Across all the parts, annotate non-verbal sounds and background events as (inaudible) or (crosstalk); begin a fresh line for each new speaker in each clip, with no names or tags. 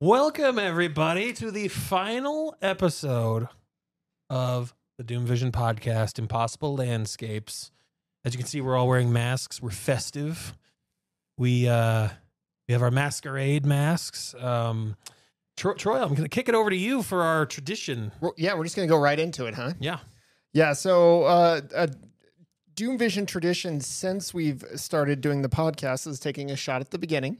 Welcome, everybody, to the final episode of the Doom Vision podcast, Impossible Landscapes. As you can see, we're all wearing masks. We're festive. We uh, we have our masquerade masks. Um, Tro- Troy, I'm going to kick it over to you for our tradition.
Well, yeah, we're just gonna go right into it, huh?
Yeah.
Yeah. So, uh, uh, Doom Vision tradition since we've started doing the podcast is taking a shot at the beginning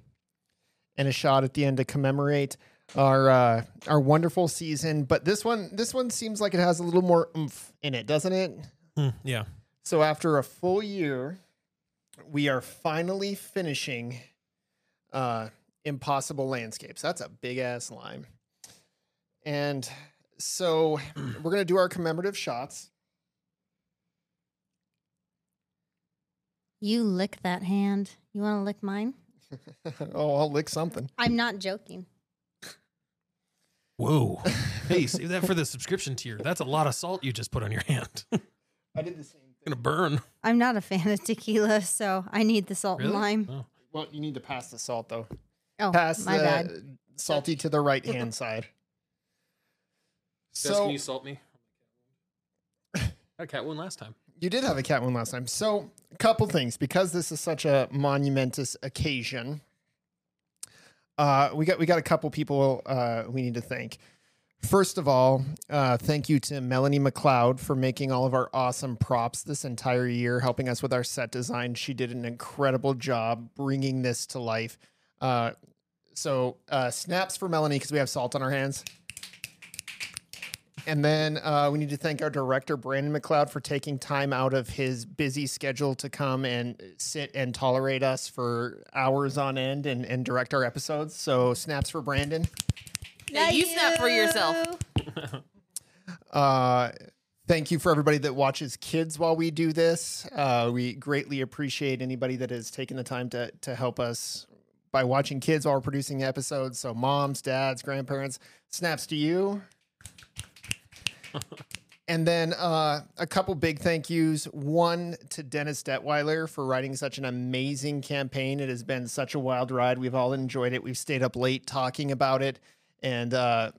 and a shot at the end to commemorate our uh, our wonderful season. But this one, this one seems like it has a little more oomph in it, doesn't it?
Hmm, yeah.
So after a full year, we are finally finishing uh, Impossible Landscapes. That's a big ass line. And so we're going to do our commemorative shots. (laughs)
You lick that hand. You want to lick mine?
oh, I'll lick something.
I'm not joking.
Whoa. (laughs) Hey, save that for the subscription tier. That's a lot of salt you just put on your hand. (laughs)
I did the same
going to burn.
I'm not a fan of tequila, so I need the salt
Really?
and lime.
Oh.
Well, you need to pass the salt, though.
Oh,
Pass
my
the
bad.
salty to the right hand side.
Jess, can you salt me? I had a cat one last time.
You did have a cat one last time. So, a couple things because this is such a monumentous occasion. Uh, we got we got a couple people uh, we need to thank. First of all, uh, thank you to Melanie McLeod for making all of our awesome props this entire year, helping us with our set design. She did an incredible job bringing this to life. Uh, so, uh, snaps for Melanie because we have salt on our hands. And then uh, we need to thank our director, Brandon McLeod, for taking time out of his busy schedule to come and uh, sit and tolerate us for hours on end and, and direct our episodes. So, snaps for Brandon.
Yeah, you snap for yourself.
Uh, thank you for everybody that watches kids while we do this. Uh, we greatly appreciate anybody that has taken the time to to help us by watching kids while we're producing the episodes. So moms, dads, grandparents, snaps to you. And then uh, a couple big thank yous. One to Dennis Detweiler for writing such an amazing campaign. It has been such a wild ride. We've all enjoyed it. We've stayed up late talking about it and uh,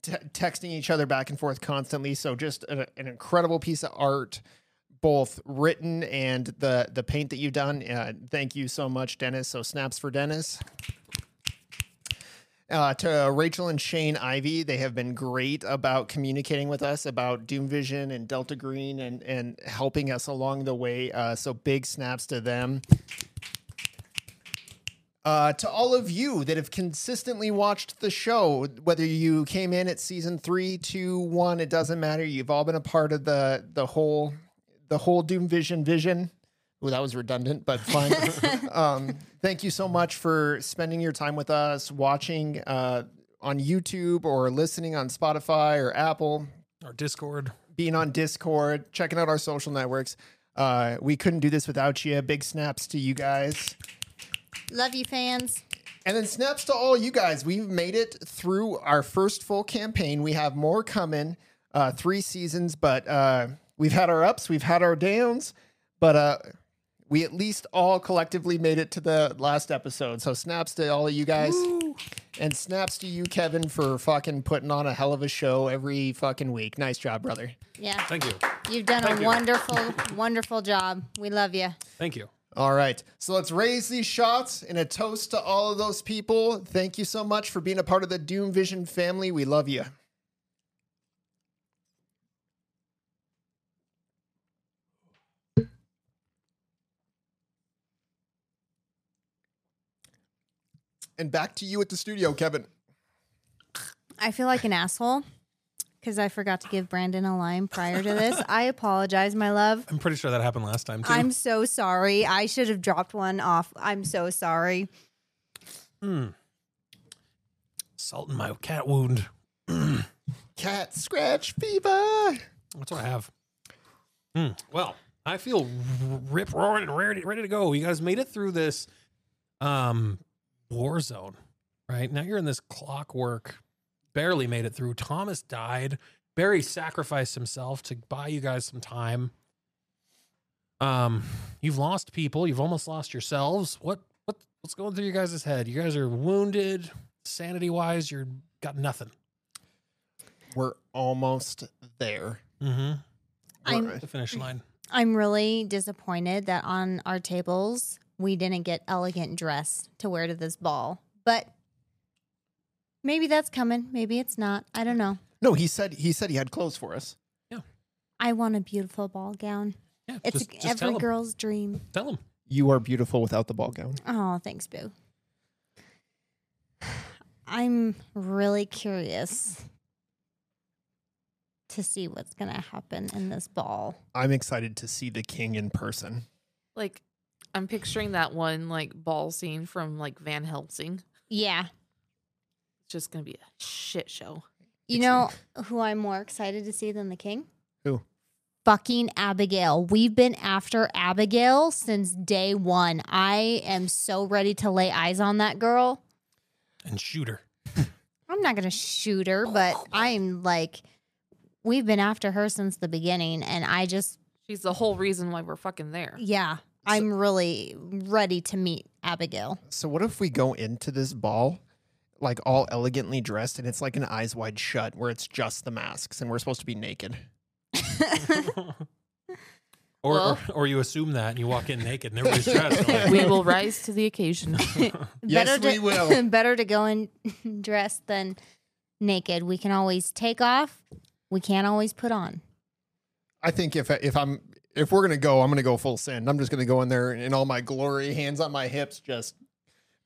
te- texting each other back and forth constantly. So just a, an incredible piece of art, both written and the the paint that you've done. Uh, thank you so much, Dennis. So snaps for Dennis. Uh, to Rachel and Shane Ivy, they have been great about communicating with us about Doom Vision and Delta Green and and helping us along the way. Uh, so big snaps to them. Uh, to all of you that have consistently watched the show, whether you came in at season three, two, one, it doesn't matter. You've all been a part of the the whole the whole Doom Vision vision. Well, that was redundant, but fine. um, thank you so much for spending your time with us, watching uh, on YouTube or listening on Spotify or Apple
Our Discord.
being on Discord, checking out our social networks. Uh, we couldn't do this without you. Big snaps to you guys.
Love you, fans.
And then snaps to all you guys. We've made it through our first full campaign. We have more coming, uh, three seasons, but uh, we've had our ups, we've had our downs, but uh, we at least all collectively made it to the last episode. So snaps to all of you guys. And snaps to you, Kevin, for fucking putting on a hell of a show every fucking week. Nice job, brother.
Yeah,
Thank you.
you've done
Thank
a
you.
wonderful, wonderful job. We love you.
Thank you.
All right. So let's raise these shots and a toast to all of those people. Thank you so much for being a part of the Doom Vision family. We love you. And back to you at the studio, Kevin.
I feel like an asshole because I forgot to give Brandon a lime prior to
(laughs)
this. I apologize, my love.
I'm pretty sure that happened last time too.
I'm so sorry. I should have dropped one off. I'm so sorry.
Hmm. Salt in my cat wound.
Cat scratch fever.
That's what I have. Hmm. Well, I feel r- rip roaring and ready, ready to go. You guys made it through this um, war zone, right? Now you're in this clockwork. Barely made it through. Thomas died. Barry sacrificed himself to buy you guys some time. Um, you've lost people. You've almost lost yourselves. What what what's going through your guys' head? You guys are wounded, sanity wise, you're got nothing.
We're almost there.
Mm-hmm.
I'm-
We're-
The finish line.
I'm really disappointed that on our tables we didn't get elegant dress to wear to this ball, but maybe that's coming. Maybe it's not. I don't know.
no, he said he said he had clothes for us.
I want a beautiful ball gown.
Yeah,
It's
just, just
every
tell 'em.
girl's dream.
Tell him.
You are beautiful without the ball gown.
Oh, thanks, Boo. (sighs) I'm really curious to see what's going to happen in this ball.
I'm excited to see the king in person.
Like, I'm picturing that one like ball scene from like Van Helsing.
Yeah.
It's just gonna be a shit show.
You know who I'm more excited to see than the king?
Who?
Fucking Abigail. We've been after Abigail since day one. I am so ready to lay eyes on that girl.
and shoot her.
I'm not going to shoot her, but I'm like, we've been after her since the beginning. And I just,
She's the whole reason why we're
(laughs)
fucking (laughs) there.
yeah, I'm really ready to meet Abigail.
So what if we go into this ball like all elegantly dressed and it's like an eyes wide shut where it's just the masks and we're supposed to be naked.
Or,
Well-
or or you assume that and you walk in naked and everybody's dressed. like,
(laughs) We will rise to the (laughs) occasion.
Yes,
better to,
we will.
(laughs) better to go in dressed than naked. We can always take off, we can't always put on.
I think if if I'm if we're gonna go, I'm gonna go full sin. I'm just gonna go in there in all my glory, hands on my hips, just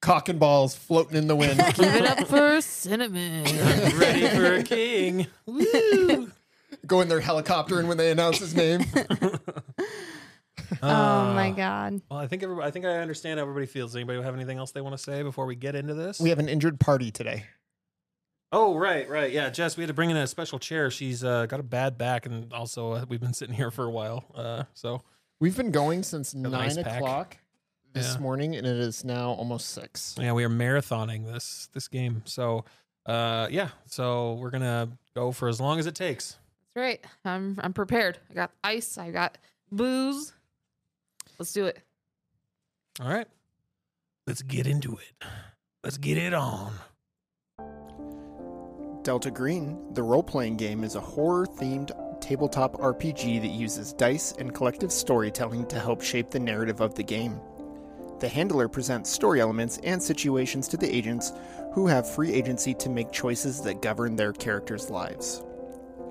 cock and balls floating in the (laughs) wind.
Give it up for cinnamon.
ready for a king. (laughs) Woo!
go in there helicoptering when they announce his name.
Um,
Ah.
oh my God.
Well, I think everybody, I think I understand how everybody feels. Anybody have anything else they want to say before we get into this?
(laughs) we have an injured party today.
oh, right, right. Yeah, Jess, we had to bring in a special chair. She's uh, got a bad back, and also uh, we've been sitting here for a while. Uh, so
We've been going since
an ice
nine
pack.
o'clock this
Yeah.
morning, and it is now almost six.
yeah, we are marathoning this this game. So uh, yeah, so we're gonna go for as long as it takes.
That's right. I'm I'm prepared. I got ice. I got booze. Let's do it.
All right. Let's get into it. Let's get it on.
Delta Green, the role playing game, is a horror themed tabletop RPG that uses dice and collective storytelling to help shape the narrative of the game. The handler presents story elements and situations to the agents who have free agency to make choices that govern their characters' lives.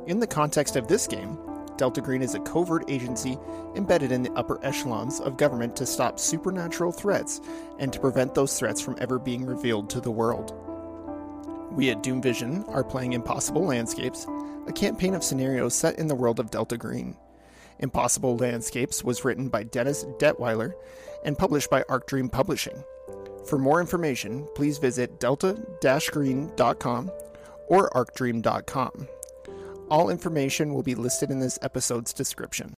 In the context of this game, Delta Green is a covert agency embedded in the upper echelons of government to stop supernatural threats and to prevent those threats from ever being revealed to the world. We at Doom Vision are playing Impossible Landscapes, a campaign of scenarios set in the world of Delta Green. Impossible Landscapes was written by Dennis Detweiler and published by Arc Dream Publishing. For more information, please visit delta-green.com or arcdream.com. All information will be listed in this episode's description.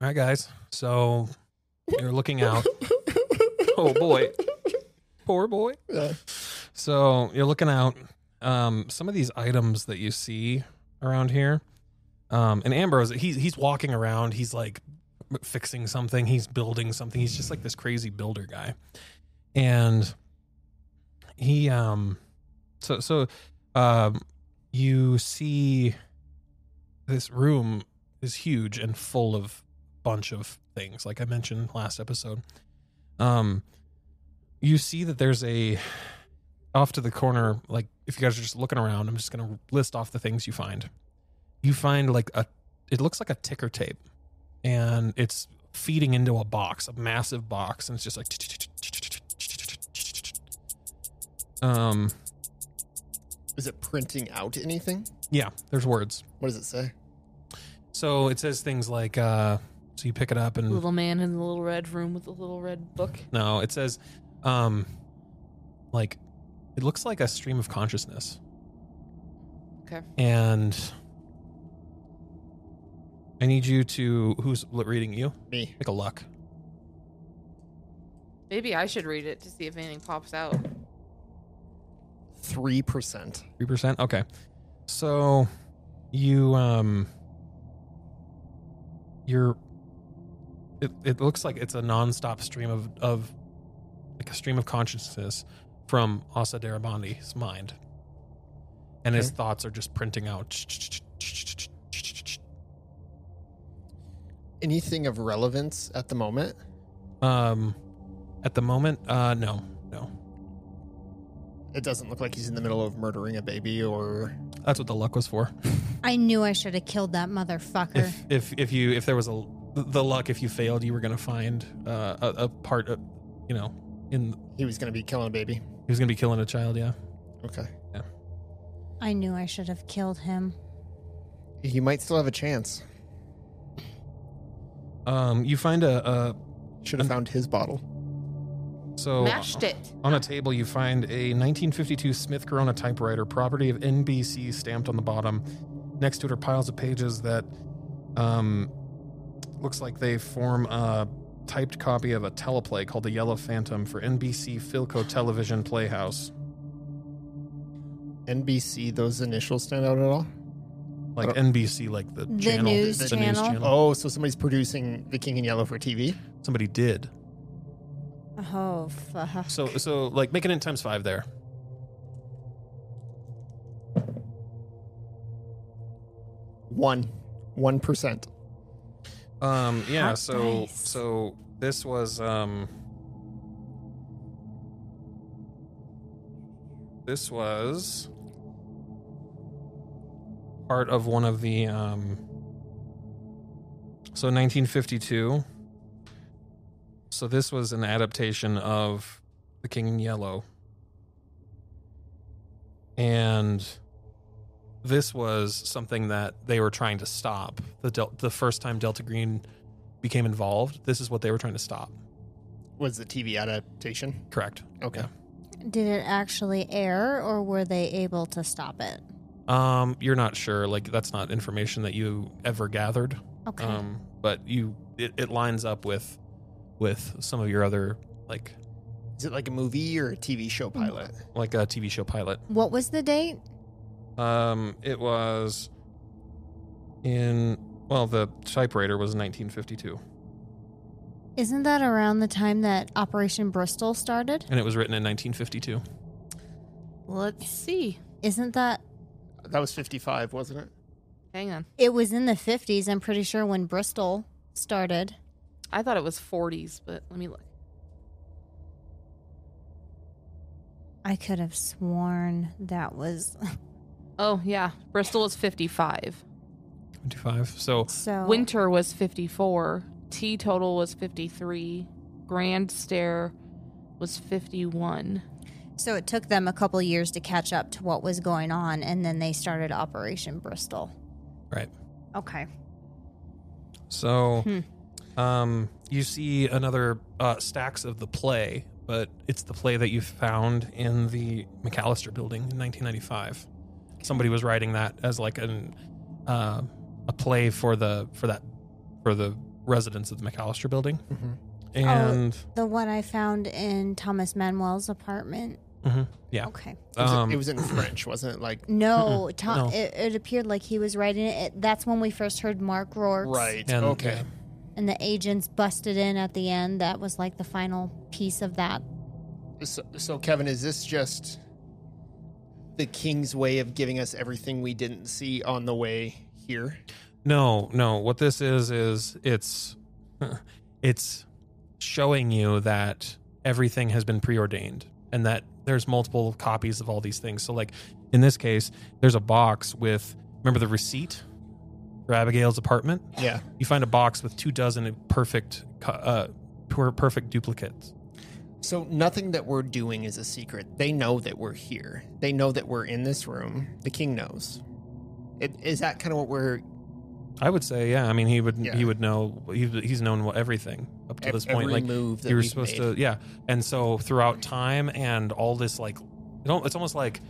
All right, guys. So you're looking out. oh boy, poor boy. So you're looking out. Um, some of these items that you see around here, um, and Ambrose, he's he's walking around. He's like fixing something. He's building something. He's just like this crazy builder guy, and he um, so so um, you see this room is huge and full of bunch of things like i mentioned last episode um you see that there's a off to the corner, like if you guys are just looking around, I'm just gonna list off the things you find. You find like a, it looks like a ticker tape, and it's feeding into a box, a massive box, and it's just like. Um.
Is it printing out anything?
Yeah. There's words.
What does it say?
So it says things like. uh So you pick it up and
Little man in the little red room with the little red book.
No, it says, um, like, it looks like a stream of consciousness.
Okay.
And I need you to, who's l- reading you?
Me.
Take a luck.
Maybe I should read it to see if anything pops out.
3%.
3%? Okay. So you, um, you're, it, it looks like it's a nonstop stream of, of, like a stream of consciousness from Asa Darabandi's mind. And his
Okay.
thoughts are just printing out.
Anything of relevance at the moment?
Um, at the moment, uh, no, no.
It doesn't look like he's in the middle of murdering a baby or.
That's what the luck was for.
I knew I should have killed that motherfucker.
If, if, if you, if there was a, the luck, if you failed, you were going to find, uh, a, a part of, you know, in,
He was going to be killing a baby.
He was gonna be killing a child, yeah.
Okay.
I knew I should have killed him.
You might still have a chance.
Um, you find a, a
Should have found his bottle.
so
Mashed it.
on a table you find a 1952 Smith Corona typewriter, property of NBC, stamped on the bottom. Next to it are piles of pages that um, looks like they form a typed copy of a teleplay called The Yellow Phantom for NBC Philco Television Playhouse.
NBC, those initials stand out at all?
Mm-hmm. Like NBC, like the,
The
channel,
news
the
channel?
news channel.
Oh, so somebody's producing The King in Yellow for TV?
Somebody did.
Oh fuck.
So so like make it in times five there.
One. 1%.
Um yeah,
Hot
so
dice.
so this was um This was part of one of the um so 1952. So this was an adaptation of The King in Yellow. And this was something that they were trying to stop. The Del- the first time Delta Green became involved, this is what they were trying to stop.
Was the TV adaptation?
Correct.
Okay.
Did it actually air or were they able to stop it?
Um, you're not sure. Like that's not information that you ever gathered.
Okay.
Um, but you it, it lines up with with some of your other like
Is it like a movie or a TV
Mm.
show pilot?
like a TV show pilot.
what was the date?
Um, it was in well the typewriter was 1952
Isn't that around the time that Operation Bristol started?
and it was written in 1952.
Let's see.
Isn't that
That was 55, wasn't it?
Hang on.
it was in the 50s, I'm pretty sure when Bristol started.
I thought it was 40s, but let me look.
I could have sworn that was (laughs)
Oh, yeah. Bristol was 55.
25. So
Oh.
so
Winter was 54. Teetotal was 53. Grand Stare was 51.
So it took them a couple years to catch up to what was going on and then they started Operation Bristol.
right.
Okay.
So,
Hmm.
um, you see another uh, stacks of the play, but it's the play that you found in the McAllister building in 1995. Somebody was writing that as like an uh, a play for the for that for the residents of the McAllister building,
Oh.
and
The one I found in Thomas Manuel's apartment.
Mhm, yeah,
Okay.
It was,
um,
it was in French, wasn't it?
(laughs)
Like,
No, Tom.
no.
It, it appeared like he was writing it. it. That's when we first heard Mark Rourke's.
right.
and-
okay.
yeah.
And the agents busted in at the end. That was like the final piece of that.
So, so, Kevin, is this just the king's way of giving us everything we didn't see on the way here?
No, no. What this is is it's (laughs) it's showing you that everything has been preordained and that there's multiple copies of all these things. So like in this case, there's a box with remember the receipt for Abigail's apartment.
Yeah.
You find a box with two dozen perfect co- uh, per- perfect duplicates.
So nothing that we're doing is a secret. They know that we're here. They know that we're in this room. The king knows. It, is that kind of what we're
I would say, yeah. I mean, he would
Yeah.
he would know. He, he's known what- everything up to
ev-
this point.
every
Like
move that
you were
we've
supposed
made?
to, yeah. And so throughout time and all this, like, you know, it's almost like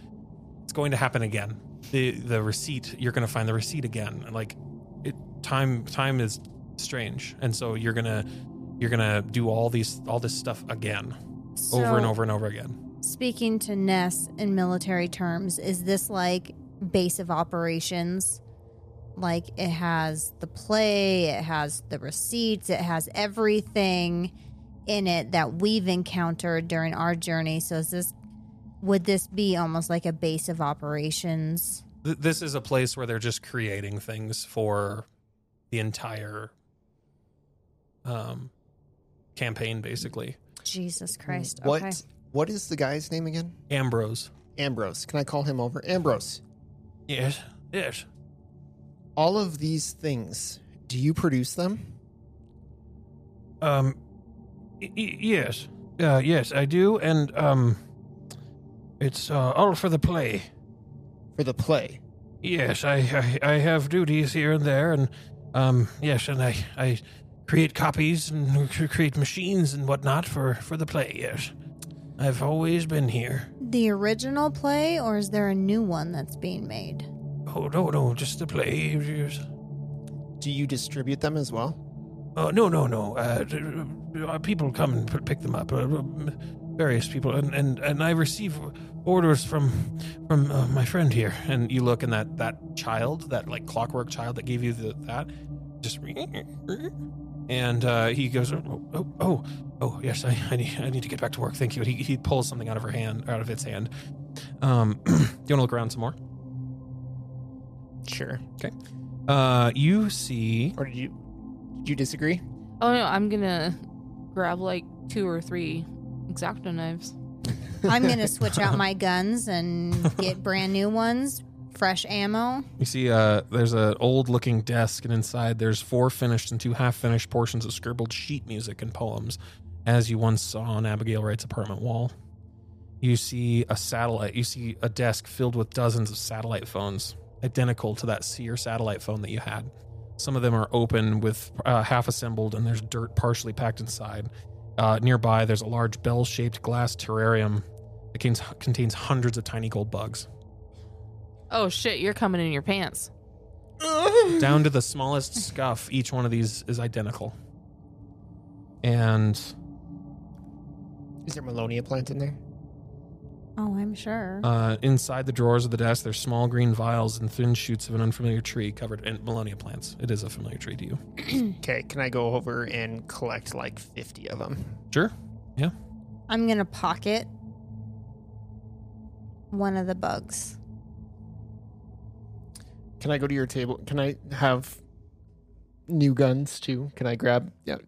it's going to happen again. The the receipt, you're going to find the receipt again. And, Like, it time time is strange, and so you're gonna you're gonna do all these all this stuff again, over and
So,
over and over again.
Speaking to Ness in military terms, is this like base of operations? Like it has the play, it has the receipts, it has everything in it that we've encountered during our journey. So is this would this be almost like a base of operations?
Th- this is a place where they're just creating things for the entire um campaign, basically.
Jesus Christ.
What
Okay.
What is the guy's name again?
Ambrose.
Ambrose. Can I call him over? Ambrose.
Yes. Yes.
All of these things. Do you produce them?
Um. y- y- yes. Uh, yes, I do, and um, it's uh, all for the play.
for the play.
Yes, I, I I have duties here and there, and um, yes, and I I create copies and cr- create machines and whatnot for for the play. Yes, I've always been here.
The original play or is there a new one that's being made?
Oh no, no, just the play. Yes.
Do you distribute them as well?
Oh no, no, no. Uh, d- d- uh, people come and p- pick them up. Uh, m- various people, and, and and I receive orders from from uh, my friend here. And you look, and that that child, that like clockwork child that gave you the, that, just and uh, he goes, oh, oh, oh, oh, yes, I, I need I need to get back to work. Thank you. And he he pulls something out of her hand, out of its hand. Um, (clears throat) do you want to look around some more?
Sure.
Uh, you see
Or do you do you disagree?
Oh no, I'm gonna grab like two or three exacto knives.
I'm going to switch out my guns and get brand new ones, fresh ammo.
You see, uh, there's an old looking desk, and inside there's four finished and two half finished portions of scribbled sheet music and poems, as you once saw on Abigail Wright's apartment wall. You see a satellite, you see a desk filled with dozens of satellite phones, identical to that Seer satellite phone that you had. Some of them are open with uh, half assembled, and there's dirt partially packed inside. Uh, nearby, there's a large bell shaped glass terrarium that contains, contains hundreds of tiny gold bugs.
Oh shit, you're coming in your pants.
down to the smallest scuff, each one of these is identical. And
Is there Melonia plant in there?
Oh, I'm sure.
uh, inside the drawers of the desk, there's small green vials and thin shoots of an unfamiliar tree covered in melonia plants. It is a familiar tree to you.
Okay, can I go over and collect like 50 of them?
Sure.
I'm going to pocket one of the bugs.
Can I go to your table? Can I have new guns too? Can I grab? Yeah.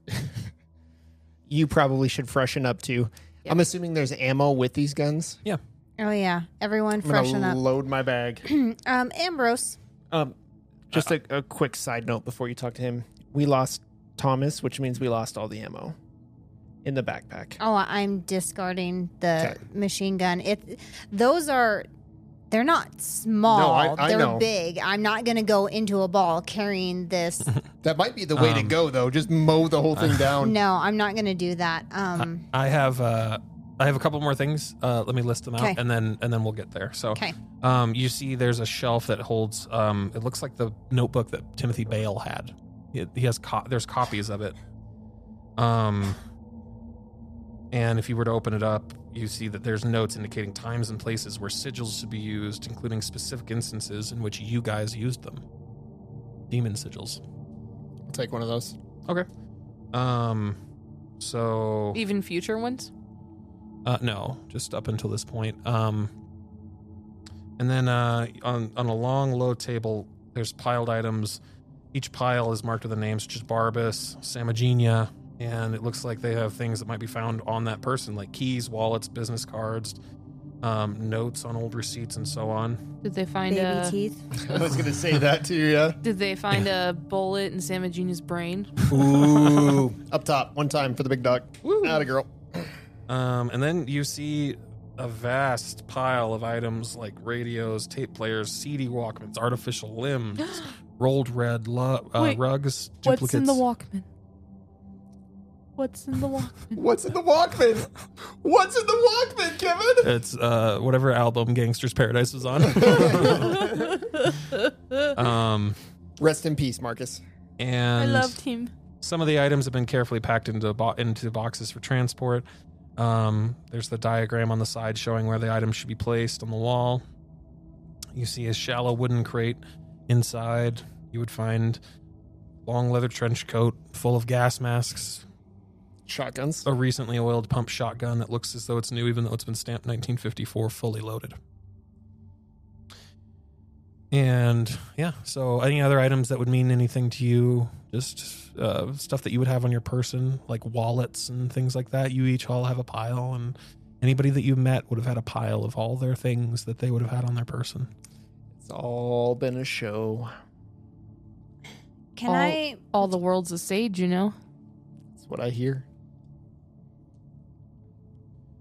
(laughs) you probably should freshen up too. I'm assuming there's ammo with these guns.
Oh, yeah. Everyone
I'm
freshen
gonna
up.
load my bag.
(clears throat) Um, Ambrose.
Um, just a, a quick side note before you talk to him. We lost Thomas, which means we lost all the ammo in the backpack.
Oh, I'm discarding the
Okay.
machine gun. It, those are. They're not small.
I
They're
know.
big. I'm not going to go into a ball carrying
(laughs)
this.
That might be the way to
Um,
go, though. Just mow the
(laughs)
whole thing down.
no, I'm not going to do that. Um,
I have uh, I have a couple more things. Uh, let me list them out,
Okay.
and then and then we'll get there. So,
okay.
um, you see, there's a shelf that holds. Um, it looks like the notebook that Timothy Bale had. He, he has co- there's copies of it. Um, and if you were to open it up, you see that there's notes indicating times and places where sigils should be used, including specific instances in which you guys used them. Demon sigils.
I'll take one of those.
Okay. Um, so
Even future ones?
uh, no, just up until this point. Um, and then uh, on on a long low table, there's piled items. Each pile is marked with a name such as Barbas, Samogenia, and it looks like they have things that might be found on that person, like keys, wallets, business cards, um, notes on old receipts and so on.
Did they find
Baby
a?
teeth.
I was gonna say that too. Yeah.
Did they find a bullet in Samogina's brain?
Ooh. (laughs) Up top, one time for the big dog. Not a girl.
Um, and then you see a vast pile of items like radios, tape players, CD Walkmans, artificial limbs,
(gasps)
rolled red lo- uh,
Wait,
rugs, duplicates.
What's in the Walkman? What's in the Walkman?
What's in the Walkman? What's in the Walkman, Kevin?
It's uh, whatever album Gangster's Paradise was on. um,
Rest in peace, Marcus.
(laughs) and
I loved him.
Some of the items have been carefully packed into bo- into boxes for transport. Um, there's the diagram on the side showing where the items should be placed on the wall. You see a shallow wooden crate. Inside, you would find long leather trench coat full of gas masks,
Shotguns.
a recently oiled pump shotgun that looks as though it's new, even though it's been stamped 1954, fully loaded. And yeah, so any other items that would mean anything to you? Just uh, stuff that you would have on your person, like wallets and things like that. You each all have a pile, and anybody that you met would have had a pile of all their things that they would have had on their person.
It's all been a show.
Can
Oh.
All-
I?
All the world's a sage, you know.
That's what I hear.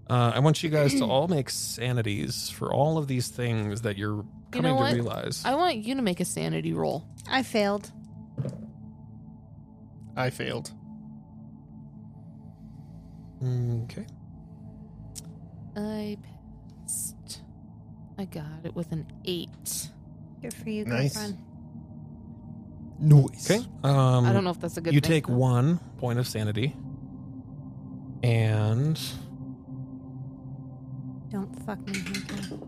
Uh, I want you guys to all make sanities for all of these things that you're coming
know
to
what?
realize.
I want you to make a sanity roll.
I failed.
I failed.
Mm, okay.
I passed. I got it with an eight.
Good for you,
Nice.
girlfriend.
Noise.
Okay. Um,
I don't know if that's a good.
you
thing,
take
though.
one point of sanity and
Don't fuck me. Hank.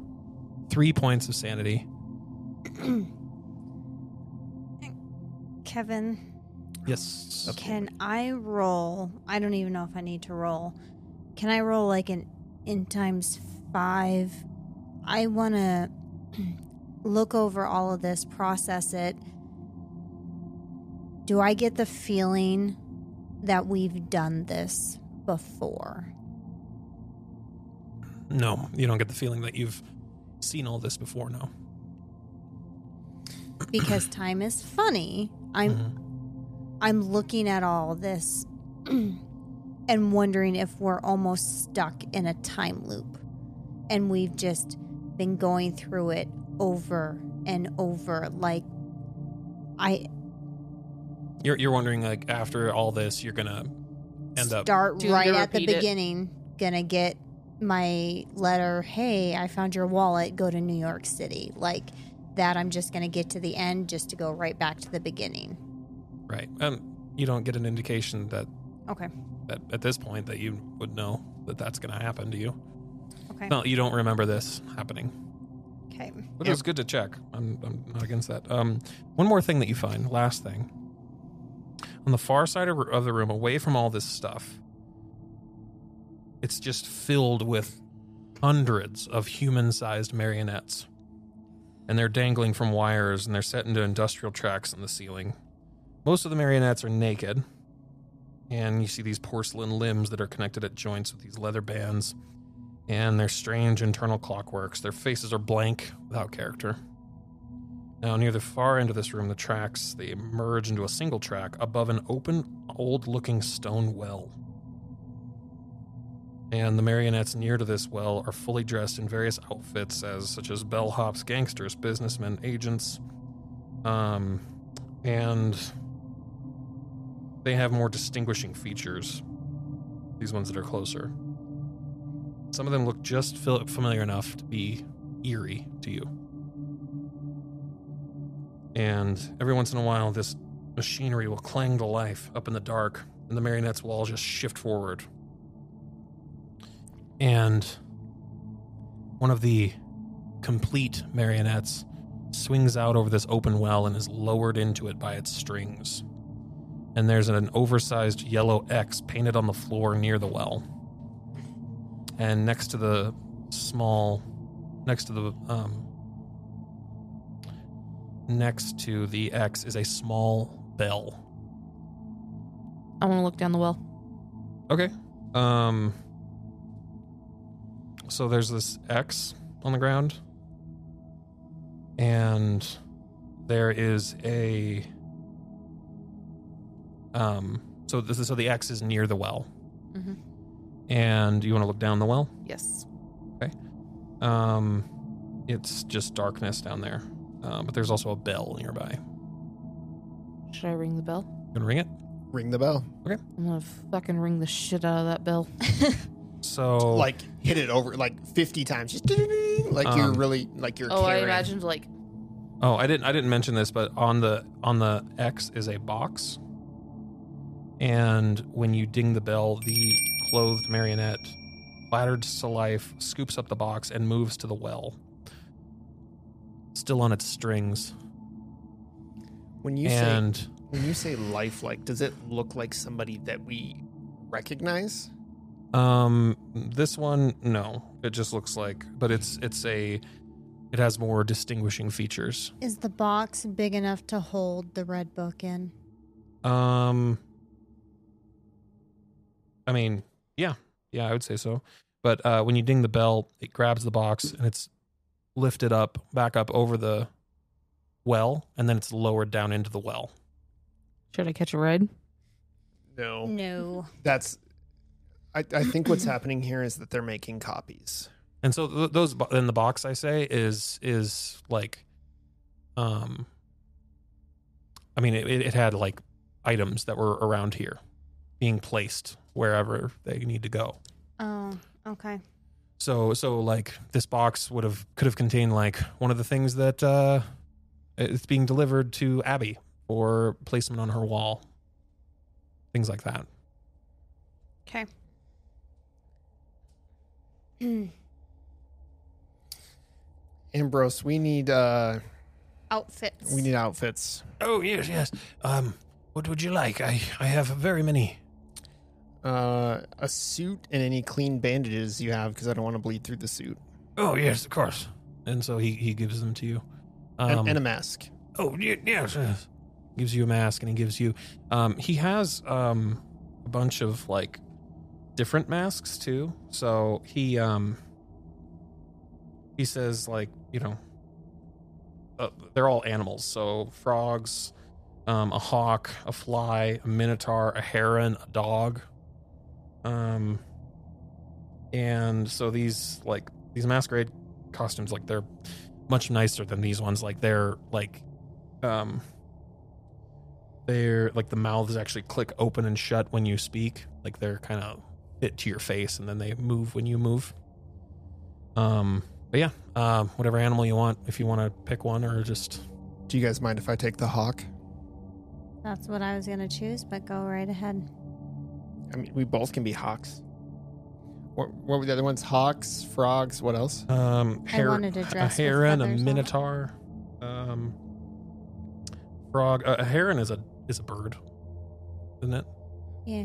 three points of sanity.
(clears throat) Kevin,
Yes.
can I roll? I don't even know if I need to roll. Can I roll like an in times five? I want to (clears throat) look over all of this, process it. Do I get the feeling that we've done this before?
No, you don't get the feeling that you've seen all this before. No.
Because time is funny. I'm
Mhm.
I'm looking at all this (clears throat) and wondering if we're almost stuck in a time loop and we've just been going through it over and over like I
You're you're wondering like after all this you're gonna end up.
start
Do you
right at the
repeat it?
beginning gonna get my letter hey I found your wallet go to New York City like that I'm just gonna get to the end just to go right back to the beginning
Right. Um. You don't get an indication that
okay
that at this point that you would know that that's gonna happen to you.
okay
No, you don't remember this happening.
okay
But
Yep.
it's good to check. I'm, I'm not against that. Um, one more thing that you find, last thing. On the far side of, of the room, away from all this stuff, it's just filled with hundreds of human sized marionettes. And they're dangling from wires and they're set into industrial tracks in the ceiling. Most of the marionettes are naked. And you see these porcelain limbs that are connected at joints with these leather bands and their strange internal clockworks. Their faces are blank, without character. Now, near the far end of this room, the tracks they merge into a single track above an open, old-looking stone well. And the marionettes near to this well are fully dressed in various outfits, as such as bellhops, gangsters, businessmen, agents, um, and they have more distinguishing features. These ones that are closer. Some of them look just fil- familiar enough to be eerie to you. And every once in a while, this machinery will clang to life up in the dark, and the marionette's will all just shift forward. And one of the complete marionettes swings out over this open well and is lowered into it by its strings. And there's an oversized yellow X painted on the floor near the well and next to the small next to the um next to the x is a small bell
I want to look down the well.
okay um so there's this X on the ground, and there is a um. So this is so the X is near the well,
Mhm.
and you want to look down the well.
Yes.
Um, it's just darkness down there, uh, but there's also a bell nearby.
Should I ring the bell?
You gonna ring it?
Ring the bell.
I'm gonna fucking ring the shit out of that bell.
So
Like hit it over like 50 times. Just like you're
Um,
really like you're
Oh, I
carrying.
imagined like
Oh, I didn't I didn't mention this, but on the on the X is a box. And when you ding the bell, the clothed marionette flattered to life scoops up the box and moves to the well. Still on its strings.
When you say
and
when you say lifelike, does it look like somebody that we recognize?
um this one no. It just looks like but it's it's a it has more distinguishing features.
Is the box big enough to hold the red book in?
Um, I mean, yeah, yeah, I would say so. But uh, when you ding the bell, it grabs the box and it's lifted up, back up over the well, and then it's lowered down into the well.
should I catch a ride?
No.
No.
That's I, I think
(clears throat)
what's happening here is that they're making copies.
And so th- those bo- in the box, I say, is is like, um, I mean, it, it had like items that were around here being placed wherever they need to go.
Oh, okay.
So so like this box would have could have contained like one of the things that uh it's being delivered to Abby or placement on her wall. Things like that.
Okay.
Ambrose, we need uh
Outfits.
we need outfits.
Oh yes, yes. Um what would you like? I I have very many.
Uh a suit and any clean bandages you have because I don't want to bleed through the suit.
Oh yes, of course. And so he he gives them to you. Um,
And, and a mask.
Oh ye- yes, yes. Gives you a mask, and he gives you. Um, he has um, a bunch of like different masks too. So he um, he says like you know, uh, they're all animals. So frogs, um, a hawk, a fly, a minotaur, a heron, a dog. Um, and so these like these masquerade costumes like they're much nicer than these ones. Like they're like um they're like the mouths actually click open and shut when you speak like they're kind of fit to your face and then they move when you move um but yeah um whatever animal you want if you want to pick one or just
Do you guys mind if I take the hawk?
That's what I was going to choose, but go right ahead.
I mean, we both can be hawks. What, what were the other ones? Hawks, frogs. What else?
um
I wanted to
a
dress with
heron a
feathers on.
minotaur um frog uh, a heron is a is a bird isn't it
Yeah.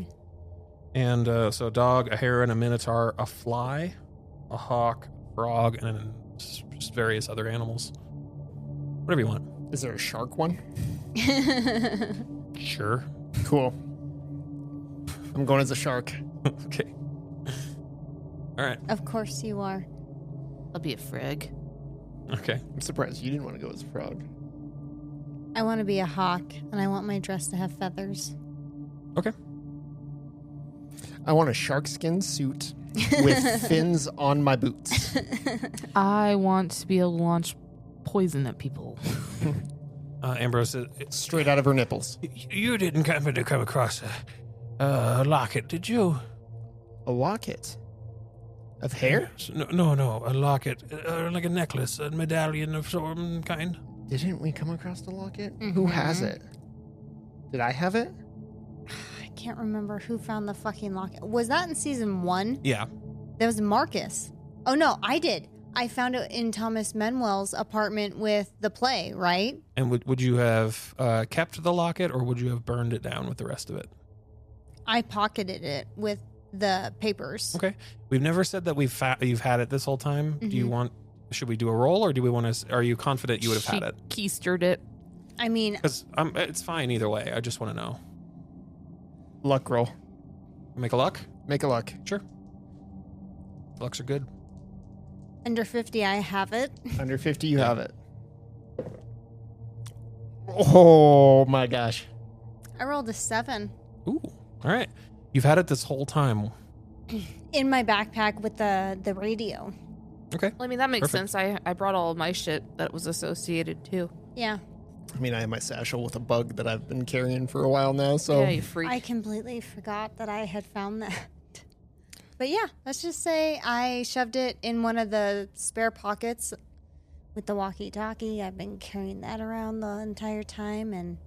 And uh, so, a dog, a heron, a minotaur, a fly, a hawk, frog, and then s- just various other animals. Whatever you want.
Is there a shark one?
Sure.
Cool. I'm going as a shark.
(laughs) okay. All right.
of course you are.
I'll be a frig.
Okay.
I'm surprised you didn't want to go as a frog.
I want to be a hawk, and I want my dress to have feathers.
I want a shark skin suit with
(laughs)
fins on my boots.
I want to be able to launch poison at people.
Uh, Ambrose, uh,
Straight out of her nipples.
you didn't happen to come across a, a locket, did you?
A locket of hair?
No, no, no, a locket, uh, like a necklace, a medallion of some kind.
Didn't we come across the locket? Who has it? Did I have it?
I can't remember who found the fucking locket. Was that in season one?
Yeah.
That was Marcus. Oh no, I did. I found it in Thomas Menwell's apartment with the play, right?
And would, would you have uh, kept the locket or would you have burned it down with the rest of it?
I pocketed it with the papers.
Okay. We've never said that we've fa- you've had it this whole time. Do you want? Should we do a roll, or do we want to? Are you confident (laughs) you would have
she
had it?
Keistered it.
I mean,
Because um, it's fine either way. I just want to know.
Luck roll.
Make a luck.
Make a luck.
Sure. Lucks are good.
Under 50, I have it.
Under 50, you have it. Oh my gosh.
I rolled a seven
Ooh. All right. You've had it this whole time.
in my backpack with the, the radio.
Okay.
Well, I mean, that makes
Perfect.
sense. I, I brought all of my shit that was associated too.
Yeah.
I mean, I have my satchel with a bug that I've been carrying for a while now, so
yeah, you freak.
I completely forgot that I had found that. (laughs) But yeah, let's just say I shoved it in one of the spare pockets with the walkie talkie. I've been carrying that around the entire time. And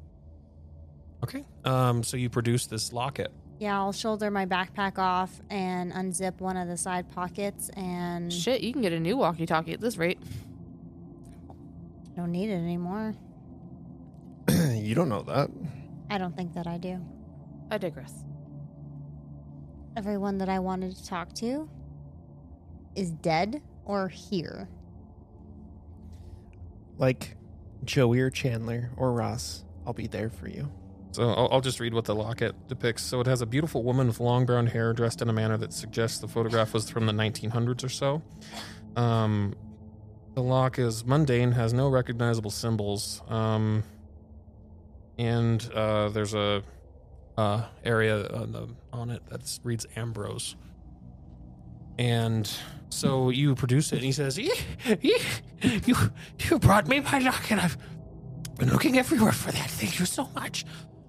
Okay. Um, so you produce this locket.
yeah, I'll shoulder my backpack off and unzip one of the side pockets. And
Shit, you can get a new walkie-talkie at this rate.
don't need it anymore.
(clears throat) you don't know that.
I don't think that I do.
I digress.
Everyone that I wanted to talk to is dead or here.
Like Joey or Chandler or Ross, I'll be there for you.
So I'll, I'll just read what the locket depicts. So it has a beautiful woman with long brown hair dressed in a manner that suggests the photograph was from the 1900s or so. Um, the lock is mundane, has no recognizable symbols, um, and uh, there's a uh, area on the on it that reads Ambrose. And so you produce it, and he says, "Eek, eek, "You you brought me my locket. I've been looking everywhere for that. Thank you so much.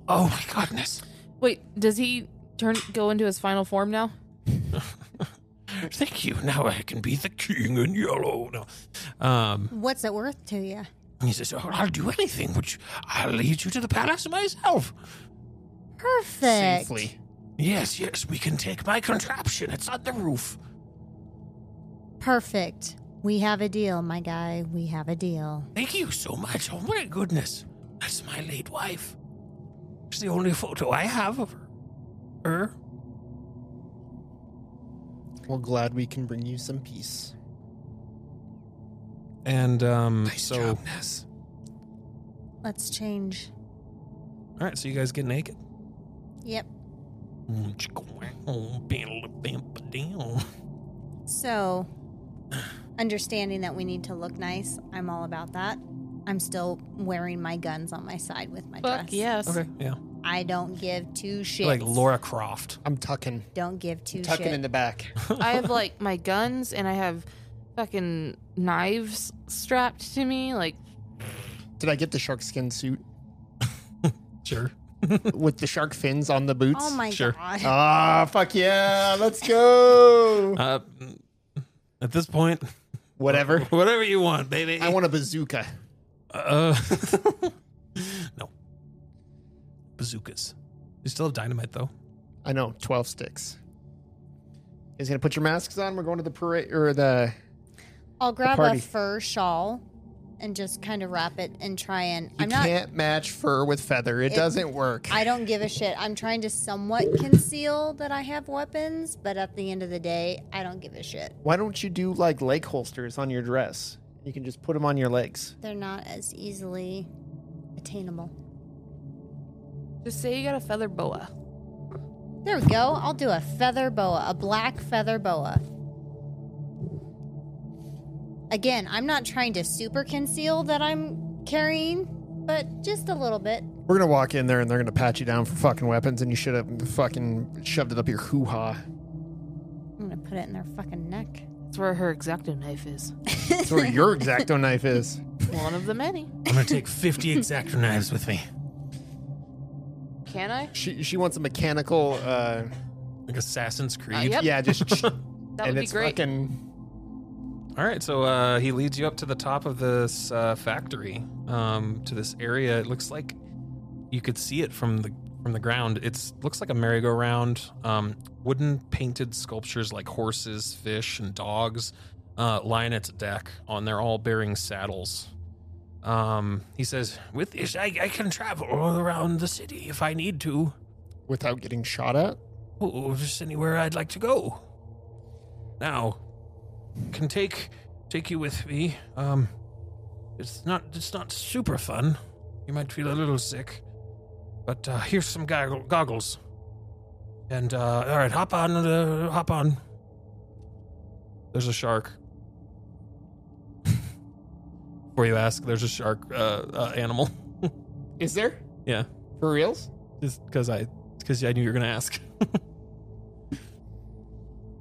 Oh my goodness.
Wait, does he turn go into his final form now?
Thank you. Now I can be the king in yellow. No. Um,
What's it worth to you?
he says, oh, I'll do anything. Which I'll lead you to the palace myself.
Perfect.
Safely.
Yes, yes, we can take my contraption. It's on the roof.
Perfect. We have a deal, my guy. We have a deal.
Thank you so much. Oh my goodness. That's my late wife. It's the only photo I have of her. Her?
Well, glad we can bring you some peace.
And um,
Nice job, Ness.
Let's change.
all right, so you guys get naked. Mm,
Yep. So, (sighs) understanding that we need to look nice, I'm all about that. I'm still wearing my guns on my side with my
Fuck
dress.
yes.
Okay, yeah.
I don't give two shits.
Like Laura Croft.
I'm tucking.
Don't give two
Tucking
shits.
in the back.
I (laughs) have like my guns and I have fucking knives strapped to me. Like,
Did I get the shark skin suit
Sure.
with the shark fins on the boots?
oh my
Sure.
god.
Ah, fuck yeah. Let's go.
Uh, at this point,
Whatever.
whatever you want, baby.
I want a bazooka.
Uh, (laughs) no. Bazookas. You still have dynamite, though.
I know, 12 sticks. He's going to put your masks on. We're going to the parade or the.
I'll grab a
party.
fur shawl and just kind of wrap it and try and
You
I'm not
can't match fur with feather. It, doesn't work.
I don't give a shit. I'm trying to somewhat conceal that I have weapons, but at the end of the day, I don't give a shit.
Why don't you do like leg holsters on your dress? You can just put them on your legs.
They're not as easily attainable.
just say you got a feather boa.
There we go. I'll do a feather boa, a black feather boa. Again, I'm not trying to super conceal that I'm carrying, but just a little bit.
We're going to walk in there and they're going to pat you down for fucking weapons and you should have fucking shoved it up your (laughs) hoo ha.
I'm gonna put it in their fucking neck.
That's where her exacto knife is.
That's where your exacto knife is.
One of the many.
I'm going to take 50 exacto knives with me.
Can I? Uh,
She, she wants a mechanical. Uh,
Like Assassin's Creed.
Uh, yep.
Yeah, just.
(laughs)
That
and
would be
it's
great.
fucking.
All right, so uh, he leads you up to the top of this uh, factory, um, to this area. It looks like you could see it from the from the ground. It's looks like a merry-go-round. Um, wooden painted sculptures like horses, fish, and dogs uh, line its deck. On they're all bearing saddles. Um, he says, "With this, I, I can travel all around the city if I need to,
Without getting shot at?
or just anywhere I'd like to go." Now, can take take you with me. Um, it's not it's not super fun. You might feel a little sick, but uh, here's some goggle- goggles. And uh, all right, hop on, uh, hop on. There's a shark (laughs) Before you ask, there's a shark uh, uh, animal.
Is there?
Yeah,
For reals?
just because I because I knew you were gonna ask. (laughs)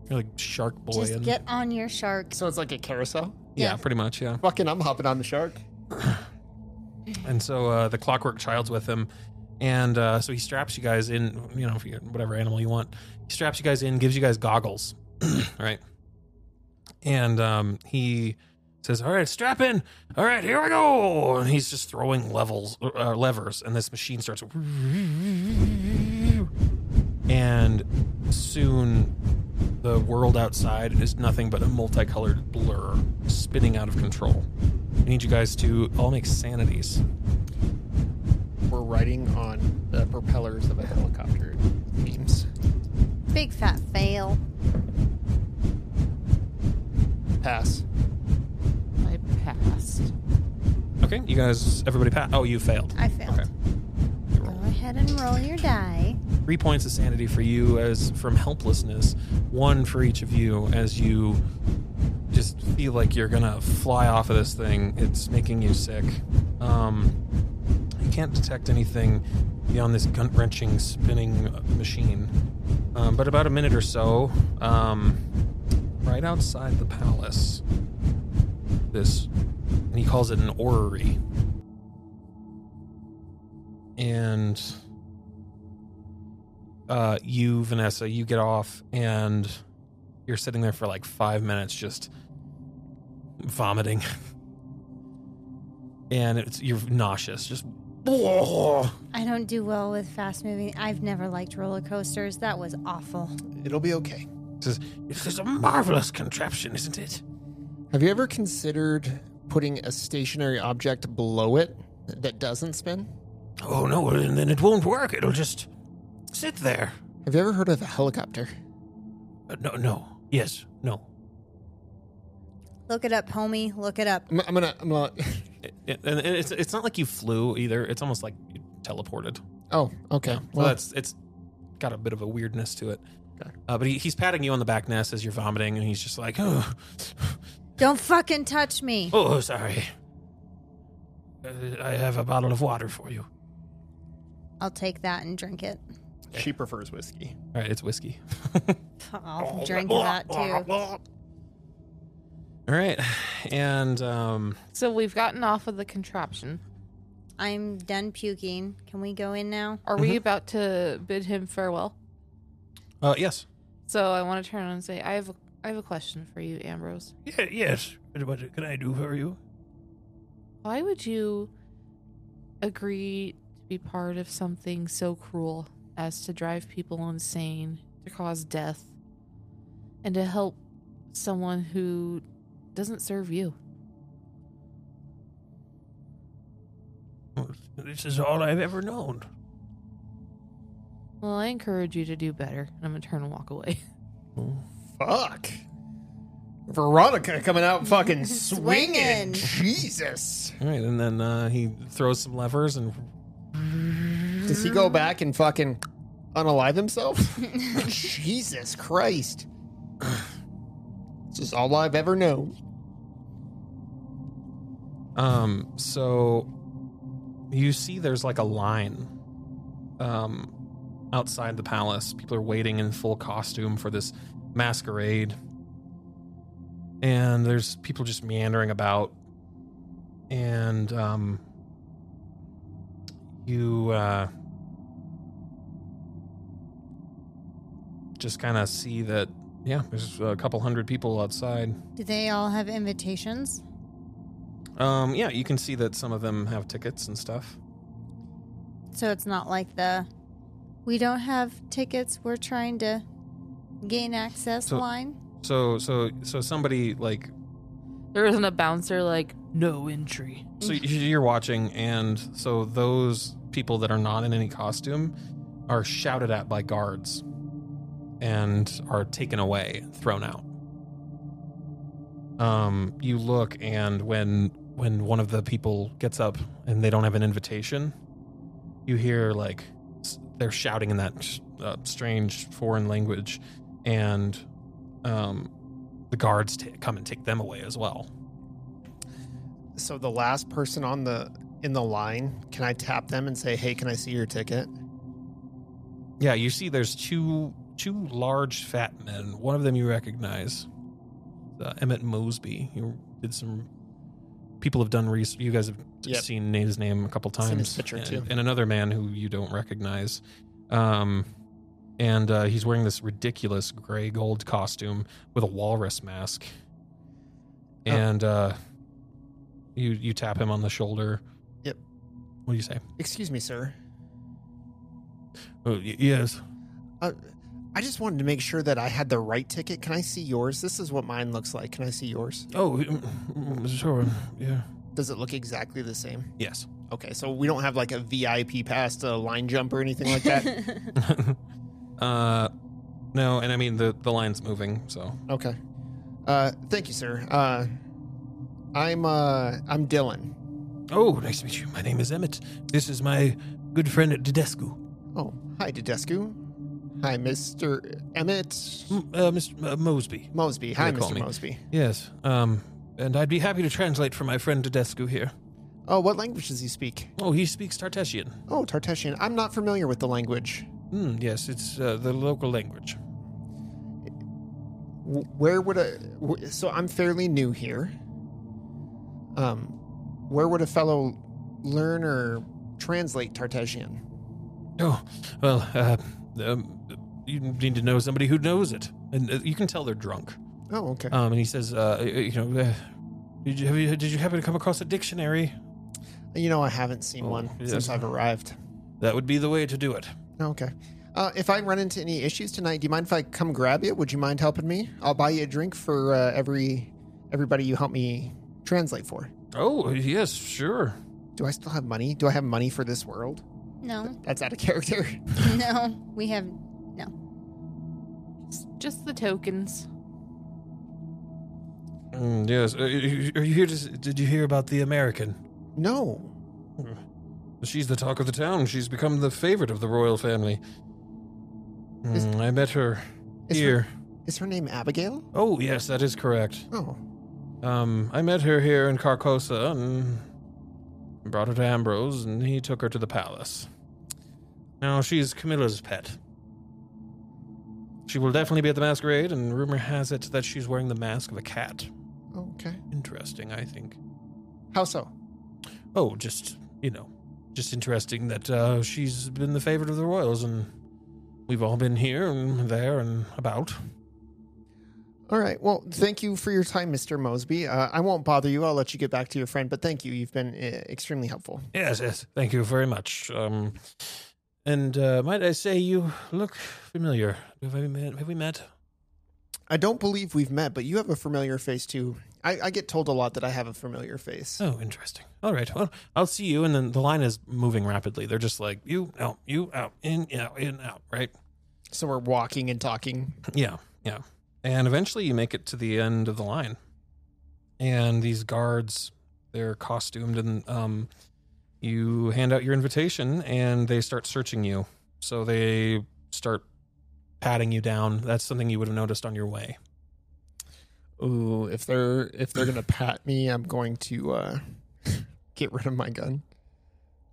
You're like shark boy.
(laughs) Just
and,
get on your shark.
So it's like a carousel?
yeah,
yeah.
pretty much. Yeah.
Fucking, I'm hopping on the shark.
And so uh, the clockwork child's with him. And uh, so he straps you guys in, you know, if you, whatever animal you want. He straps you guys in, gives you guys goggles, (clears throat) right? And um, he says, "All right, strap in. All right, here I go." And he's just throwing levels, uh, levers, and this machine starts. And soon, the world outside is nothing but a multicolored blur spinning out of control. I need you guys to all make sanities.
We're riding on the propellers of a helicopter. Beams.
Big fat fail.
Pass.
I passed.
Okay, you guys, everybody pass. Oh, you failed.
I failed.
Okay.
Go ahead and roll your die.
Three points of sanity for you as from helplessness, one for each of you as you just feel like you're gonna fly off of this thing. It's making you sick. Um, you can't detect anything beyond this gut wrenching spinning uh, machine. Um, but about a minute or so, um, right outside the palace, this, and he calls it an orrery. And uh, you, Vanessa, you get off and you're sitting there for like five minutes just vomiting. (laughs) and it's, you're nauseous, just. (laughs)
I don't do well with fast moving. I've never liked roller coasters. That was awful.
It'll be okay.
Says, this is a marvelous contraption, isn't it?
Have you ever considered putting a stationary object below it that doesn't spin?
Oh no, well, then it won't work. It'll just sit there.
Have you ever heard of a helicopter?
Uh, no, no. Yes, no.
Look it up, homie. Look it up.
I'm, I'm gonna. I'm gonna.
It- it- and it's, it's not like you flew either. It's almost like you teleported.
Oh, okay.
Well, that's it's got a bit of a weirdness to it. Uh, but he, he's patting you on the back, Ness, as you're vomiting, and he's just like, oh,
Don't fucking touch me.
(laughs) oh sorry. Uh, I have a bottle of water for you.
I'll take that and drink it.
she prefers whiskey.
All right, it's whiskey.
I'll drink that too.
All right, and um,
So we've gotten off of the contraption.
I'm done puking. Can we go in now?
Are
Mm-hmm.
we about to bid him farewell?
uh, yes,
So I want to turn around and say, I have a, I have a question for you, Ambrose.
yeah, yes. What can I do for you?
Why would you agree to be part of something so cruel as to drive people insane, to cause death, and to help someone who doesn't serve you?
This is all I've ever known.
Well, I encourage you to do better. And I'm going to turn and walk away. (laughs)
Fuck. Veronica coming out (laughs) fucking swinging.
Swinging.
Jesus.
All right, and then uh, he throws some levers and
Does he go back and fucking unalive himself? (laughs) Jesus Christ. This is all I've ever known.
Um, so you see there's like a line um outside the palace. People are waiting in full costume for this masquerade. And there's people just meandering about. And um you uh just kind of see that yeah, there's a couple hundred people outside.
Do they all have invitations?
Um yeah, you can see that some of them have tickets and stuff.
So it's not like the we don't have tickets. We're trying to gain access
So-
line.
So so so somebody like
There isn't a bouncer like, no entry.
so y- you're watching and so those people that are not in any costume are shouted at by guards and are taken away, thrown out. Um you look and when when one of the people gets up and they don't have an invitation, you hear like s- they're shouting in that uh, strange foreign language and um the guards t- come and take them away as well.
So the last person on the in the line, can I tap them and say, "Hey, can I see your ticket?"
Yeah, you see, there's two two large fat men. One of them you recognize, uh, Emmett Mosby. You did some. People have done. Re- you guys have
Yep.
seen his name a couple times.
Seen his picture,
and,
too.
and another man who you don't recognize. Um, and uh, he's wearing this ridiculous gray gold costume with a walrus mask.
Oh.
And uh, you you tap him on the shoulder.
Yep.
What do you say?
Excuse me, sir.
Oh, y- yes.
Uh, I just wanted to make sure that I had the right ticket. Can I see yours? This is what mine looks like. Can I see yours?
Oh, mm, mm, sure. Yeah.
Does it look exactly the same?
Yes.
Okay, so we don't have like a VIP pass to a line jump or anything like that. (laughs)
(laughs) uh, no, and I mean the the line's moving, so
okay. Uh, thank you, sir. Uh, I'm uh, I'm Dylan.
Oh, nice to meet you. My name is Emmett. This is my good friend at Dedescu.
Oh, hi, Dedescu. Hi, Mr. Emmett
M- uh, Mr. M- Mosby.
Mosby.
What
Hi,
do they call
Mr.
me?
Mosby.
Yes. Um, and I'd be happy to translate for my friend Dedescu here.
Oh, what language does he speak?
Oh, he speaks Tartessian.
Oh, Tartessian. I'm not familiar with the language.
Hmm, yes, it's uh, the local language.
W- Where would a w- so I'm fairly new here. Um, where would a fellow learner translate Tartessian?
Oh, well, uh, um, you need to know somebody who knows it, and uh, you can tell they're drunk.
Oh, okay.
Um, and he says, uh, uh, you know, uh, did you, have you did you happen to come across a dictionary?
you know, I haven't seen
oh,
one
yes.
since I've arrived.
That would be the way to do it.
Okay. Uh, if I run into any issues tonight, do you mind if I come grab you? Would you mind helping me? I'll buy you a drink for uh, every everybody you help me translate for.
Oh, yes, sure.
Do I still have money? Do I have money for this world?
no,
That's out of character.
(laughs) no, we have
It's just the tokens.
Mm, yes. Are you, are you here to? s- Did you hear about the American? Hmm.
No.
She's the talk of the town. She's become the favorite of the royal family. Mm,
Is-
I met her
Is her-
here.
Is her name Abigail?
Oh, yes, that is correct.
Oh.
Um, I met her here in Carcosa and brought her to Ambrose, and he took her to the palace. Now she's Camilla's pet. She will definitely be at the masquerade, and rumor has it that she's wearing the mask of a cat.
Okay.
Interesting, I think.
How so?
Oh, just you know, just interesting that uh, she's been the favorite of the royals, and we've all been here and there and about.
All right. Well, thank you for your time, Mr. Mosby. Uh, I won't bother you. I'll let you get back to your friend, but thank you. You've been uh, extremely helpful.
Yes, yes, thank you very much. Um, and uh, might I say, you look familiar. Have we met? Have we met?
I don't believe we've met, but you have a familiar face, too. I, I get told a lot that I have a familiar face.
Oh, interesting. All right, well, I'll see you. And then the line is moving rapidly. They're just like you out, you out, in out, in out, right?
So we're walking and talking.
Yeah, yeah. And eventually you make it to the end of the line. And these guards, they're costumed and um you hand out your invitation and they start searching you. So they start patting you down. That's something you would have noticed on your way.
Ooh, if they're if they're gonna pat me, I'm going to uh, (laughs) get rid of my gun.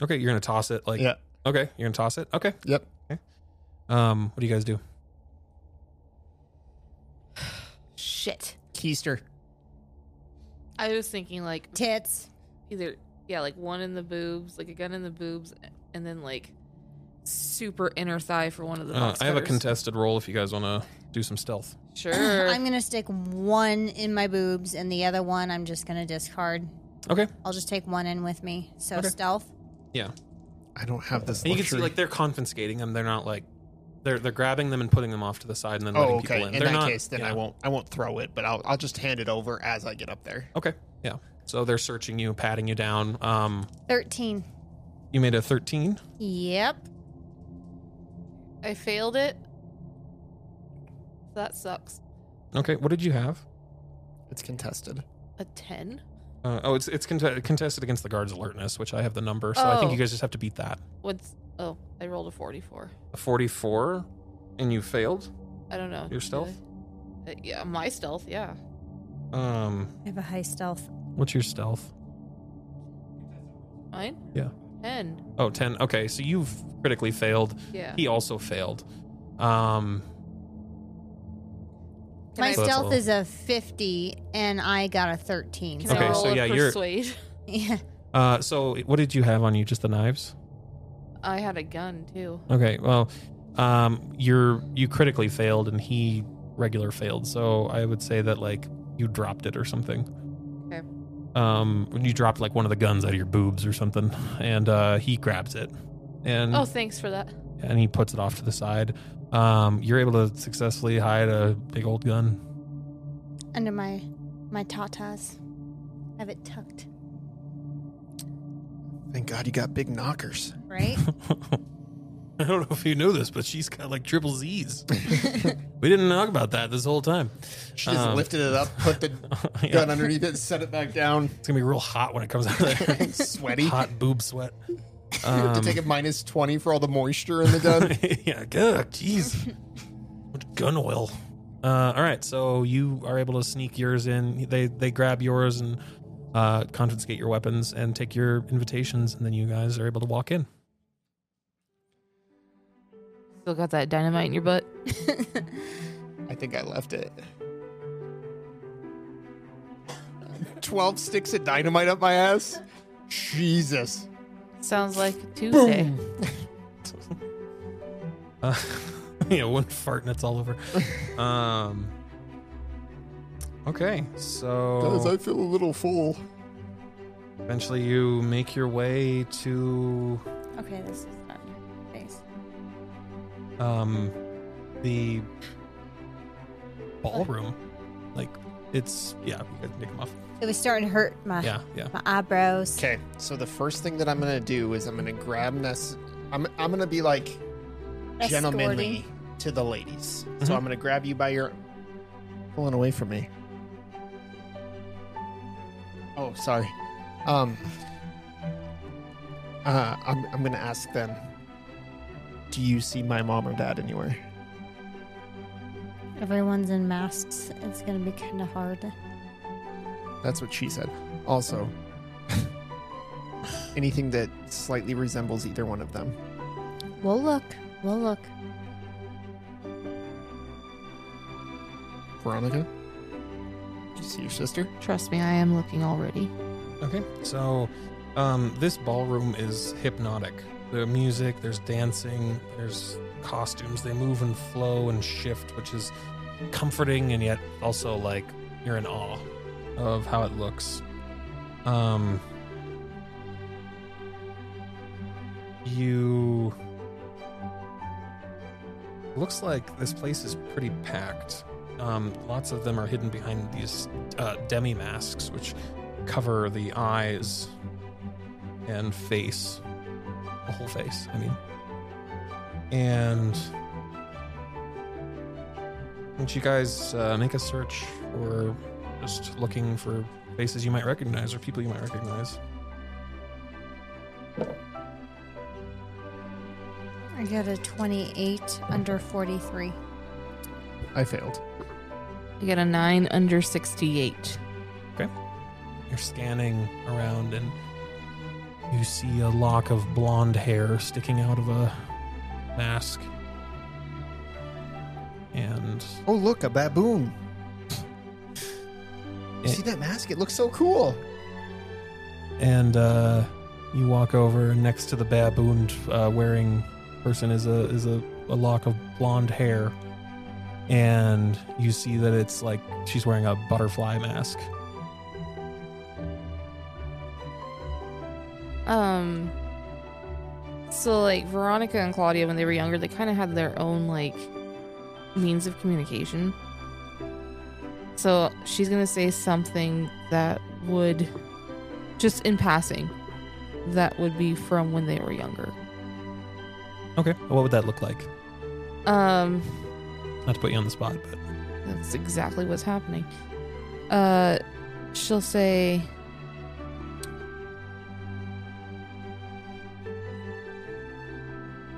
Okay, you're gonna toss it like
yeah.
okay, you're gonna toss it. Okay.
Yep.
Um what do you guys do?
Shit.
Keister.
I was thinking like
tits.
either yeah, like one in the boobs, like a gun in the boobs, and then like super inner thigh for one of the.
Uh, I have a
boxcutters.
contested roll if you guys wanna do some stealth.
Sure.
I'm gonna stick one in my boobs and the other one I'm just gonna discard.
Okay.
I'll just take one in with me. So
Okay.
stealth.
Yeah.
I don't have this.
And you can see
luxury.
like they're confiscating them. They're not like they're they're grabbing them and putting them off to the side and then letting
oh, okay.
people in.
In
they're
that
not,
case, then
yeah.
I won't I won't throw it, but I'll I'll just hand it over as I get up there.
Okay. Yeah. So they're searching you, patting you down. Um,
Thirteen.
you made a thirteen.
Yep.
I failed it. That sucks.
Okay. What did you have?
It's contested.
A ten.
Uh, oh, it's it's cont- contested against the guard's alertness, which I have the number, so I think
Oh.
you guys just have to beat that.
What's oh? I rolled a forty-four.
A forty-four, and you failed.
I don't know.
Your
Did
stealth?
I- uh, yeah, my stealth. Yeah.
Um,
I have a high stealth.
what's your stealth?
Mine?
Yeah.
10.
Oh, 10. Okay, so you've critically failed.
Yeah.
He also failed. Um,
Can
My
I
So that's
stealth
all.
is a 50 and I got a 13.
Can
So,
Okay,
I roll
so
a
yeah, you're-
persuade?
(laughs)
(laughs)
yeah.
uh, so what did you have on you? Just the knives?
I had a gun too.
Okay, well, um, you're you critically failed and he regular failed. So I would say that like you dropped it or something.
Okay.
Um, when you dropped like one of the guns out of your boobs or something, (laughs) and uh, he grabs it, and
Oh, thanks for that.
and he puts it off to the side. Um, you're able to successfully hide a big old gun. (laughs)
Under my my tatas. I have it tucked,
Thank God you got big knockers.
(laughs)
right?
I don't know if you knew this, but she's got like triple Z's. we didn't talk about that this whole time.
She just
Um,
lifted it up, put the
(laughs) Yeah.
gun underneath it, set it
(laughs)
back down. (laughs)
It's gonna be real hot when it comes out of there.
Sweaty.
hot boob sweat.
You
Um,
have (laughs)
(laughs)
to take a minus 20 for all the moisture in the gun.
yeah,
Ah,
good. Jeez. What gun oil. Uh, all right, so you are able to sneak yours in. They they grab yours and uh, confiscate your weapons and take your invitations, and then you guys are able to walk in. (laughs)
Still got that dynamite in your butt?
I think I left (laughs) it. 12 sticks of dynamite up my ass? Jesus.
Sounds like Tuesday.
Uh, you know, one fart and it's all
(laughs)
over. Um. Okay, so
Guys, I feel a little full.
eventually you make your way to
okay, this is not your face.
um the ballroom like it's yeah you guys take them off
It was starting to hurt my
yeah yeah
my eyebrows.
Okay, so the first thing that I'm gonna do is I'm gonna grab Ness. I'm, I'm gonna be like gentlemanly to the ladies. So
Mhm.
I'm gonna grab you by your pulling away from me. Oh, sorry. Um, uh, I'm I'm gonna ask them. Do you see my mom or dad anywhere?
Everyone's in masks. It's gonna be kind of hard.
That's what she said. Also, (laughs) anything that slightly resembles either one of them.
We'll look. We'll look.
Veronica, do you see your sister?
Trust me, I am looking already.
okay so um this ballroom is hypnotic the music there's dancing there's costumes they move and flow and shift which is comforting and yet also like you're in awe of how it looks um you looks like this place is pretty packed um, lots of them are hidden behind these uh, demi masks which cover the eyes and face the whole face i mean and would you guys uh, make a search or just looking for faces you might recognize or people you might recognize
I got a 28 under 43.
I failed.
I got a 9 under 68.
You're scanning around and you see a lock of blonde hair sticking out of a mask. And
Oh, look, a baboon. You
Eh.
see that mask? It looks so cool.
and uh, you walk over and next to the baboon uh, wearing person is a is a, a lock of blonde hair and you see that it's like she's wearing a butterfly mask.
Um so like Veronica and Claudia when they were younger, they kind of had their own like means of communication. So she's going to say something that would just in passing that would be from when they were younger.
Okay. What would that look like?
Um
Not to put you on the spot, but
That's exactly what's happening. Uh, she'll say.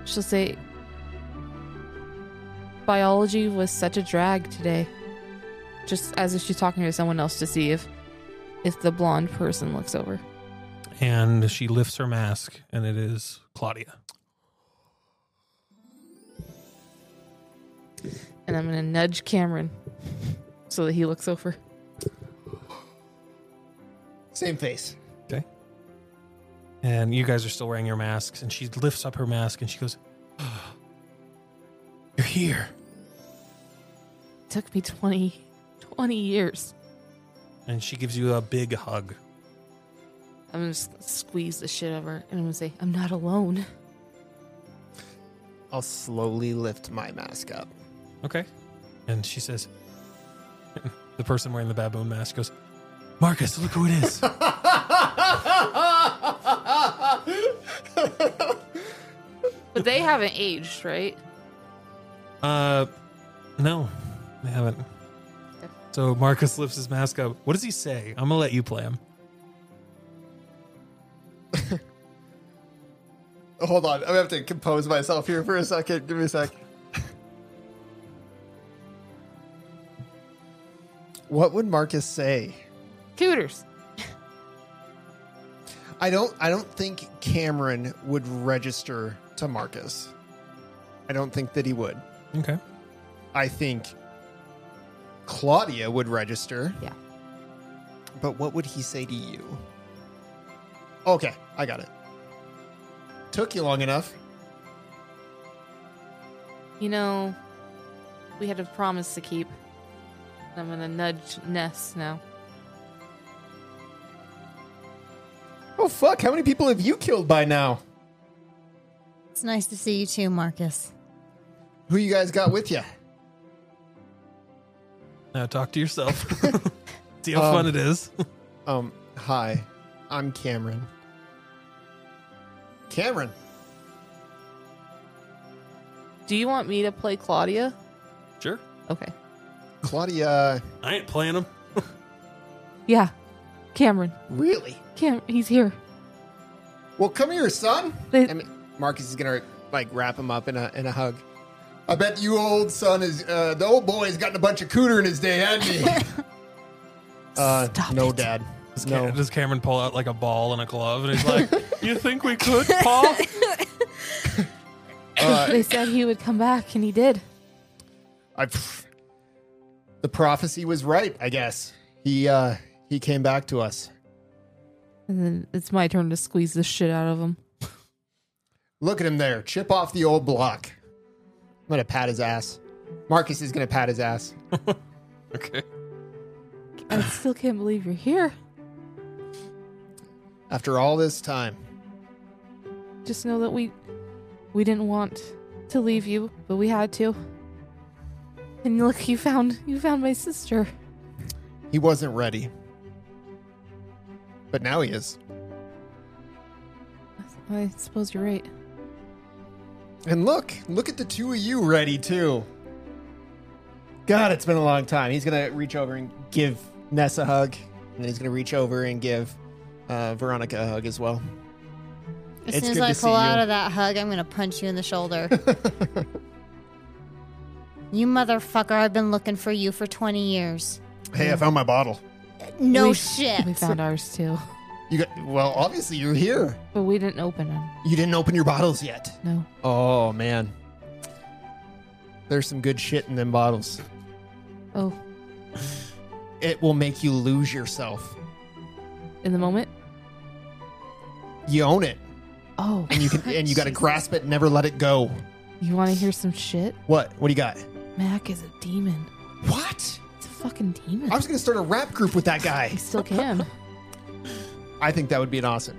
She'll say, Biology was such a drag today. Just as if she's talking to someone else to see if if the blonde person looks over.
and she lifts her mask, and it is Claudia.
And I'm gonna nudge Cameron (laughs) so that he looks over.
Same face.
And you guys are still wearing your masks, and she lifts up her mask and she goes, (gasps) You're here.
took me 20, 20 years.
And she gives you a big hug.
I'm gonna s- squeeze the shit out of her and I'm gonna say, I'm not alone.
I'll slowly lift my mask up.
Okay. And she says, (laughs) The person wearing the baboon mask goes, Marcus, look who it (laughs) is.
But they haven't aged, right?
uh, no, I haven't. So Marcus lifts his mask up. What does he say? I'm going to let you play him.
Hold on, I'm gonna have to compose myself here for a second. Give me a sec. what would Marcus say?
Cooters.
I don't I don't think Cameron would register to Marcus. I don't think that he would.
Okay.
I think Claudia would register.
Yeah.
But what would he say to you? Okay, I got it. Took you long enough.
You know, we had a promise to keep. I'm gonna nudge Ness now.
Oh fuck, how many people have you killed by now?
It's nice to see you too, Marcus.
Who you guys got with you?
Now talk to (laughs) yourself. See how
Um,
fun it is.
Um, hi. I'm Cameron. Cameron.
Do you want me to play Claudia?
(laughs) sure.
Okay.
Claudia,
I ain't playing him.
Yeah. Cameron.
really?
Cam he's here.
Well, come here, son.
They-
I mean, Marcus is gonna like wrap him up in a in a hug. I bet you old son is uh, the old boy's gotten a bunch of cooter in his day, hasn't he? uh,
Stop
no,
it.
Dad.
Does, Cam-
No.
does Cameron pull out like a ball and a glove? And he's (laughs) like, You think we could, Paul?
Uh,
They said he would come back and he did.
I, the prophecy was right, I guess. He uh, he came back to us.
And then it's my turn to squeeze the shit out of him.
Look at him there. Chip off the old block. I'm gonna pat his ass. Marcus is gonna pat his ass.
(laughs) Okay.
I still can't believe you're here.
After all this time,
Just know that we we didn't want to leave you, but we had to. And look, you found you found my sister.
he wasn't ready. But now he is.
I suppose you're right.
And look, look at the two of you ready too. God, it's been a long time. He's gonna reach over and give Ness a hug, and then he's gonna reach over and give uh, Veronica a hug as well.
As
It's
soon as
good
I
to see
pull out
you.
of that hug, I'm gonna punch you in
(laughs)
the shoulder. you motherfucker! I've been looking for you for 20 years.
Hey, I found my bottle.
No
We-
shit.
We found ours too,
You got well. Obviously, you're here.
but we didn't open them.
You didn't open your bottles yet.
No,
Oh man, there's some good shit in them bottles.
oh,
It will make you lose yourself.
in the moment.
You own it,
Oh,
and you can, and you got to
Jesus.
grasp it, and never let it go.
You want to hear some shit?
What? What do you got?
Mac is a demon.
What?
It's a fucking demon.
I was gonna start a rap group with that guy.
He (laughs) still can.
I think that would be an awesome.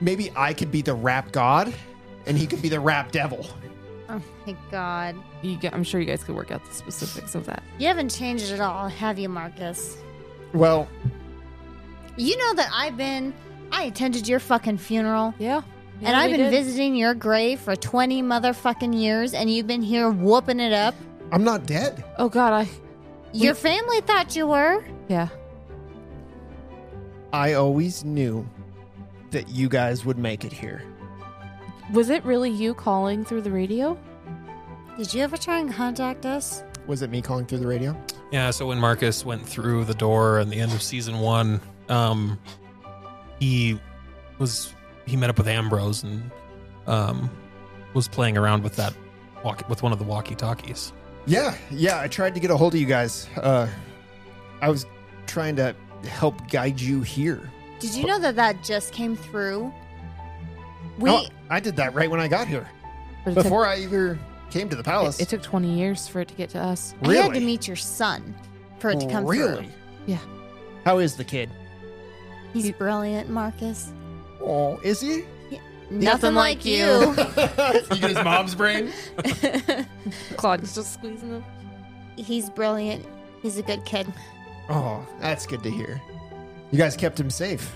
Maybe I could be the rap god, and he could be the rap devil.
Oh my god!
you g I'm sure you guys could work out the specifics of that.
You haven't changed at all, have you, Marcus?
Well,
You know that I've been. I attended your fucking funeral.
Yeah. Yeah,
and I've
we
been
did.
visiting your grave for 20 motherfucking years, and you've been here whooping it up.
I'm not dead.
Oh God, I.
Your family thought you were.
Yeah.
I always knew that you guys would make it here.
Was it really you calling through the radio?
Did you ever try and contact us?
Was it me calling through the radio?
Yeah, so when Marcus went through the door at the end of season one, um, he was he met up with Ambrose and um, was playing around with that walk with one of the walkie talkies.
Yeah, yeah. I tried to get a hold of you guys. Uh, I was trying to help guide you here.
Did you know that that just came through? We
Oh, I did that right when I got here.
But it took-
Before I even came to the palace.
it, it took 20 years for it to get to us.
I had to meet your son for it to come
really?
through.
Yeah.
How is the kid?
He's brilliant, Marcus.
Oh, is he?
Nothing like, you. (laughs)
you get his mom's brain?
Claude's just squeezing him.
He's brilliant. He's a good kid.
Oh, that's good to hear. You guys kept him safe.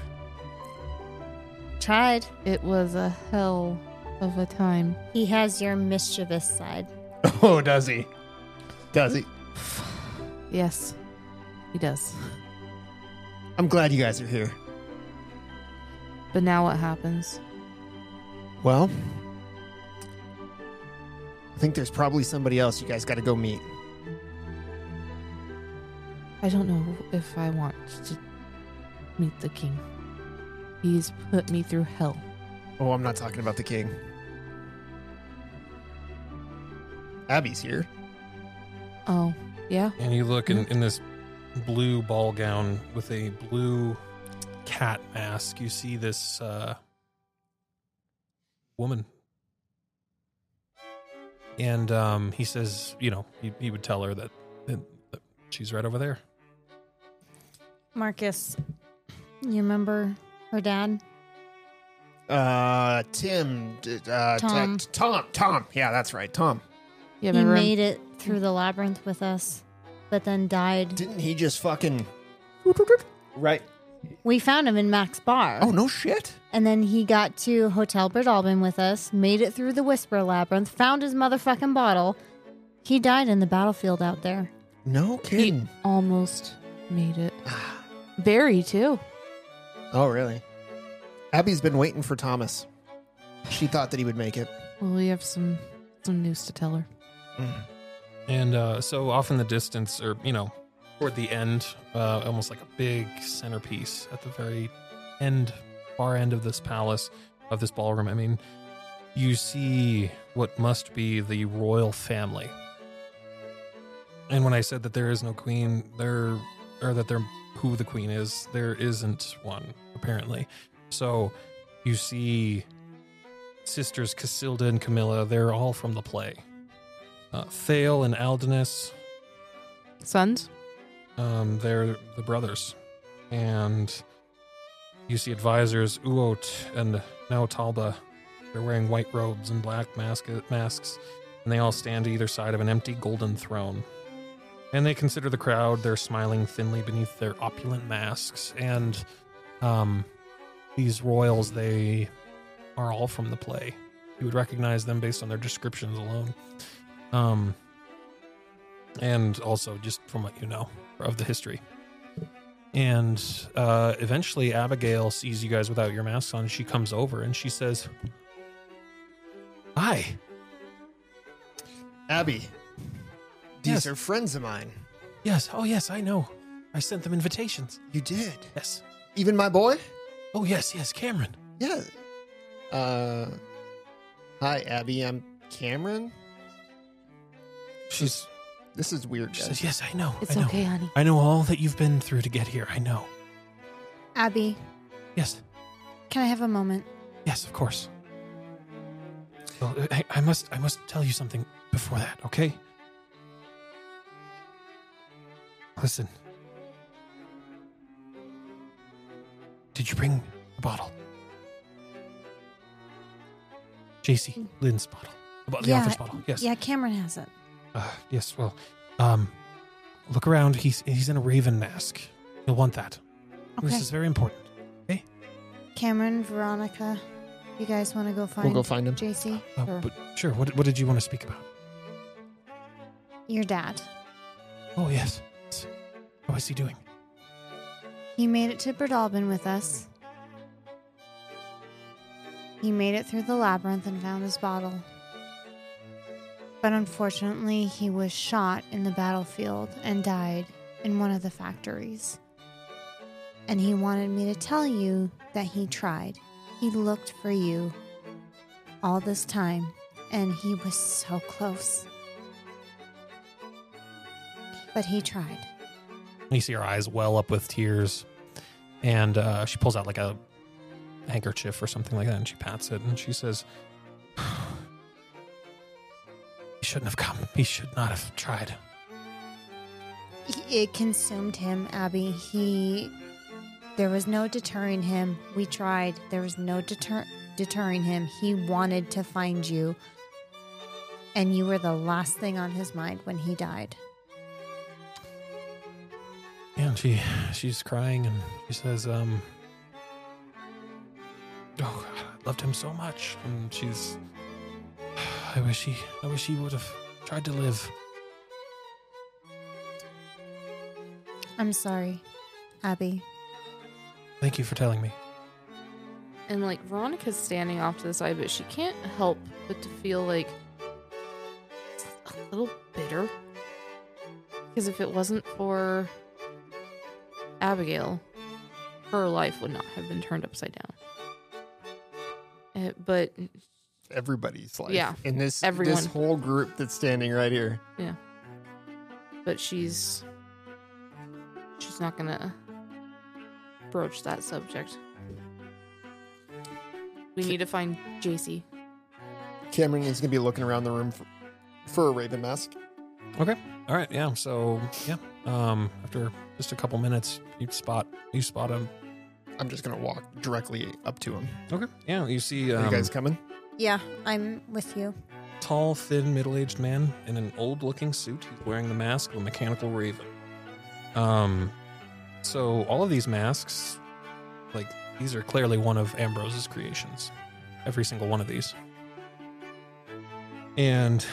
Tried.
It was a hell of a time.
He has your mischievous side.
(laughs) Oh, does he? Does he?
Yes, he does.
I'm glad you guys are here.
But now what happens?
Well, I think there's probably somebody else you guys got to go meet.
I don't know if I want to meet the king. He's put me through hell.
Oh, I'm not talking about the king. Abby's here.
Oh, yeah?
And you look in, in this blue ball gown with a blue cat mask. You see this uh, woman. And um, he says, you know, he, he would tell her that, that that she's right over there.
Marcus, you remember her dad?
Uh, Tim. d- Uh, Ta-
Tom.
Tom. Tom. Yeah, that's right. Tom.
Yeah,
he
remember him?
made it through the labyrinth with us, but then died.
Didn't he just fucking. Right.
We found him in Mac's bar.
Oh, no shit.
And then he got to Hotel Bridalbin with us, made it through the Whisper Labyrinth, found his motherfucking bottle. He died in the battlefield out there.
No
He
kidding.
almost made it. Barry, too.
Oh, really? Abby's been waiting for Thomas. She thought that he would make it.
Well, we have some some news to tell her.
And uh, so off in the distance, or, you know, toward the end, uh, almost like a big centerpiece at the very end, far end of this palace, of this ballroom, I mean, you see what must be the royal family. And when I said that there is no queen, there, or that there, who the queen is, there isn't one, apparently. So you see sisters Casilda and Camilla, they're all from the play uh, Thale and Aldinus,
Sons?
um, they're the brothers. And you see advisors Uot and now Talba. They're wearing white robes and black mask- uh, masks, and they all stand to either side of an empty golden throne. And they consider the crowd. They're smiling thinly beneath their opulent masks. And um, these royals, they are all from the play. You would recognize them based on their descriptions alone. Um, and also just from what you know of the history. And uh, eventually, Abigail sees you guys without your masks on. She comes over and she says, "Hi,
Abby, these
Yes.
are friends of mine.
yes, oh yes, I know. I sent them invitations.
You did.
Yes,
Even my boy?
oh yes, yes, Cameron.
Yeah. Uh, hi, Abby. I'm Cameron. She's. This is weird,
She
guys.
says, yes, I know.
It's
I know.
okay, honey.
I know all that you've been through to get here. I know.
Abby,
Yes,
can I have a moment?
yes, of course. Well, I, I must, I must tell you something before that. Okay. Listen. Did you bring a bottle? JC, Lynn's bottle. The, bo- the
Hmm. Yeah,
author's bottle. Yes.
Yeah, Cameron has it.
Uh, yes, well, um, look around. He's he's in a raven mask. You'll want that.
Okay.
This is very important.
Cameron, Veronica, you guys want to go find
We'll go Oh, find him.
JC?
Uh,
Sure.
But sure, what, what did you want to speak about?
Your dad.
Oh, yes. Yes. How is he doing?
He made it to Bridalbin with us. He made it through the labyrinth and found his bottle. But unfortunately, he was shot in the battlefield and died in one of the factories. And he wanted me to tell you that he tried. He looked for you all this time, and he was so close. But he tried.
You see her eyes well up with tears, and uh, she pulls out like a handkerchief or something like that, and she pats it, and she says, "He shouldn't have come. He should not have tried."
It consumed him, Abby. He. There was no deterring him. We tried. There was no deter- deterring him. He wanted to find you. And you were the last thing on his mind when he died.
Yeah, and she she's crying, and she says, "Um, oh, God, I loved him so much." And she's, I wish he, I wish he would have tried to live.
I'm sorry, Abby.
Thank you for telling me.
And like Veronica's standing off to the side, but she can't help but to feel like a little bitter. Because if it wasn't for Abigail, her life would not have been turned upside down. Uh, but
Everybody's life.
Yeah.
In this
Everyone.
this whole group that's standing right here.
but she's she's not gonna broach that subject. We need to find JC.
Cameron is gonna be looking around the room for, for a raven mask.
All right, yeah. So yeah, um, after just a couple minutes, you spot you spot him.
I'm just gonna walk directly up to him.
Okay, yeah. You see,
Are
um,
you guys coming?
Yeah, I'm with you.
tall, thin, middle-aged man in an old-looking suit. He's wearing the mask of a mechanical raven. Um, so all of these masks, like these, are clearly one of Ambrose's creations. Every single one of these. And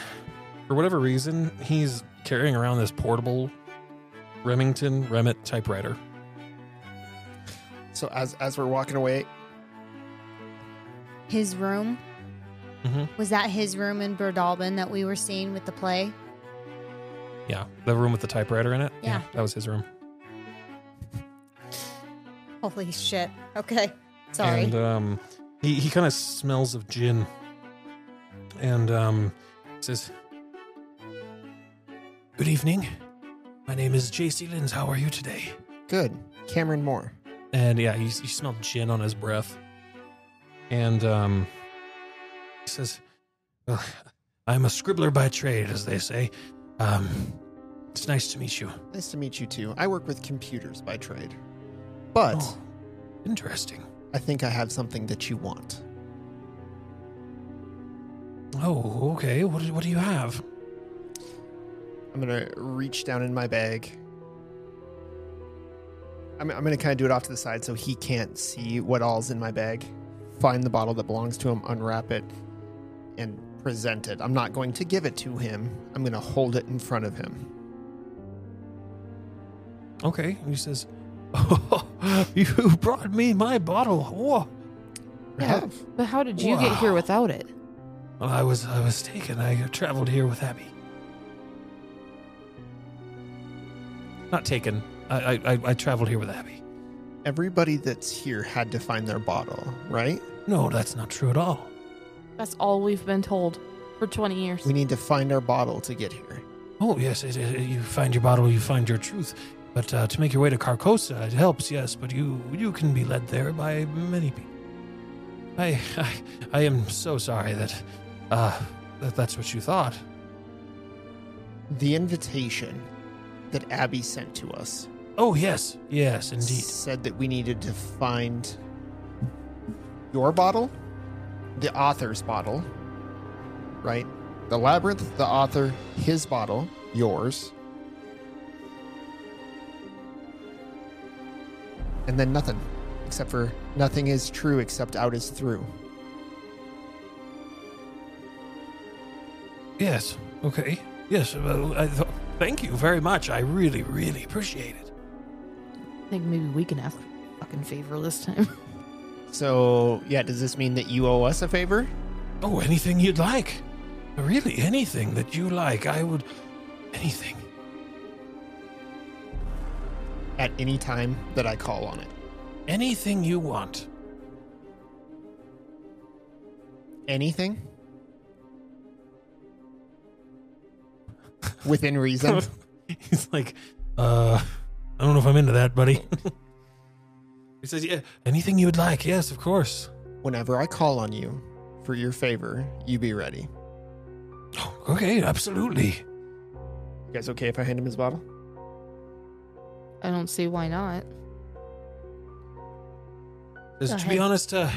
for whatever reason, he's carrying around this portable Remington Remit typewriter.
So as as we're walking away,
His room
Mm-hmm.
was that his room in Burdalbin that we were seeing with the play?
Yeah, the room with the typewriter in it.
Yeah.
that was his room.
Holy shit. Okay. Sorry.
uh,
And um, he he kind of smells of gin. And um, says, "Good evening. My name is J.C. Linz. How are you today?"
good. Cameron Moore.
And yeah, you, you smell gin on his breath. And um, he says, well, "I'm a scribbler by trade, as they say. Um, it's nice to meet you."
Nice to meet you too. I work with computers by trade, but
Oh, interesting.
I think I have something that you want.
Oh, okay. What do- what do you have?
I'm gonna reach down in my bag. I'm, I'm gonna kind of do it off to the side so he can't see what all's in my bag. Find the bottle that belongs to him, unwrap it, and present it. I'm not going to give it to him. I'm gonna hold it in front of him.
Okay. And he says, oh, (laughs) You brought me my bottle. Oh, Whoa.
Yeah. But how did you get here
Wow.
without it?
Well, I was I was taken. I traveled here with Abby. Not taken. I I, I, I traveled here with Abby.
Everybody that's here had to find their bottle, right?
No, that's not true at all.
That's all we've been told for 20 years.
We need to find our bottle to get here.
Oh yes, it, it, you find your bottle, you find your truth. But uh, to make your way to Carcosa, it helps, yes. But you you can be led there by many people. I I, I am so sorry that uh that that's what you thought.
The invitation that Abby sent to us
Oh yes, yes indeed.
said that we needed to find your bottle, the author's bottle, right? The labyrinth, the author, his bottle, yours. And then nothing, except for nothing is true except out is through.
Yes. Okay. Yes. Uh, I th- thank you very much. I really, really appreciate it.
I think maybe we can ask a fucking favor this time. (laughs)
So, yeah, does this mean that you owe us a favor?
Oh, anything you'd like. Really, anything that you like, I would. Anything.
At any time that I call on it.
Anything you want.
anything (laughs) within reason.
(laughs) He's like, uh, I don't know if I'm into that, buddy. (laughs) he says, yeah, anything you would like. Yes, of course.
Whenever I call on you for your favor, you be ready.
Okay, absolutely.
You guys okay if I hand him his bottle?
I don't see why not.
Says,
Go
to
ahead.
be honest, uh,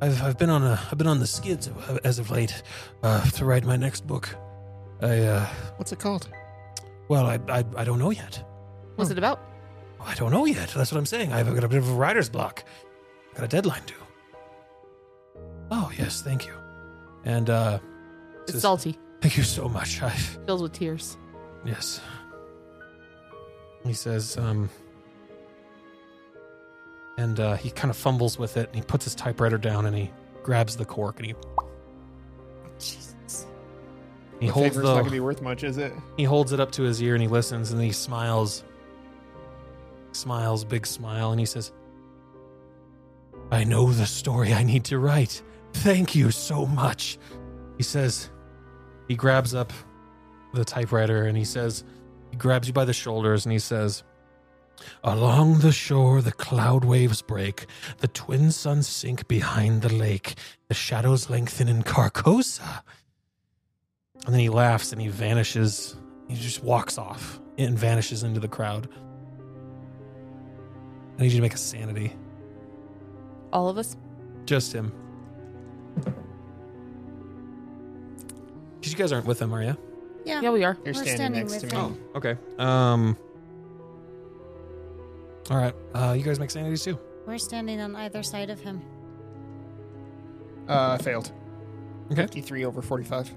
I've I've been on a I've been on the skids uh, as of late uh, to write my next book. I uh,
What's it called?
well, I, I I don't know yet. Oh,
What's it about?
I don't know yet. That's what I'm saying. I've got a bit of a writer's block. I've got a deadline due. Oh yes, thank you. And uh,
It's
says,
salty,
thank you so much. I
filled with tears.
yes. He says, um, and uh, he kind of fumbles with it, and he puts his typewriter down, and he grabs the cork, and he
Jesus.
He
My
holds
favor's not gonna
the,
be worth much, is it?
he holds it up to his ear and he listens and he smiles. Smiles, big smile, and he says, I know the story I need to write. Thank you so much. He says, he grabs up the typewriter and he says, he grabs you by the shoulders and he says, Along the shore, the cloud waves break. The twin suns sink behind the lake. The shadows lengthen in Carcosa. And then he laughs and he vanishes. He just walks off and vanishes into the crowd. I need you to make a sanity.
All of us.
Just him. Because you guys aren't with him, are you?
Yeah.
Yeah, we are.
You're
We're
standing,
standing
next to
with
me.
him.
Okay. Um. All right. Uh, you guys make sanities too.
We're standing on either side of him.
Uh, failed.
Okay.
53 over 45.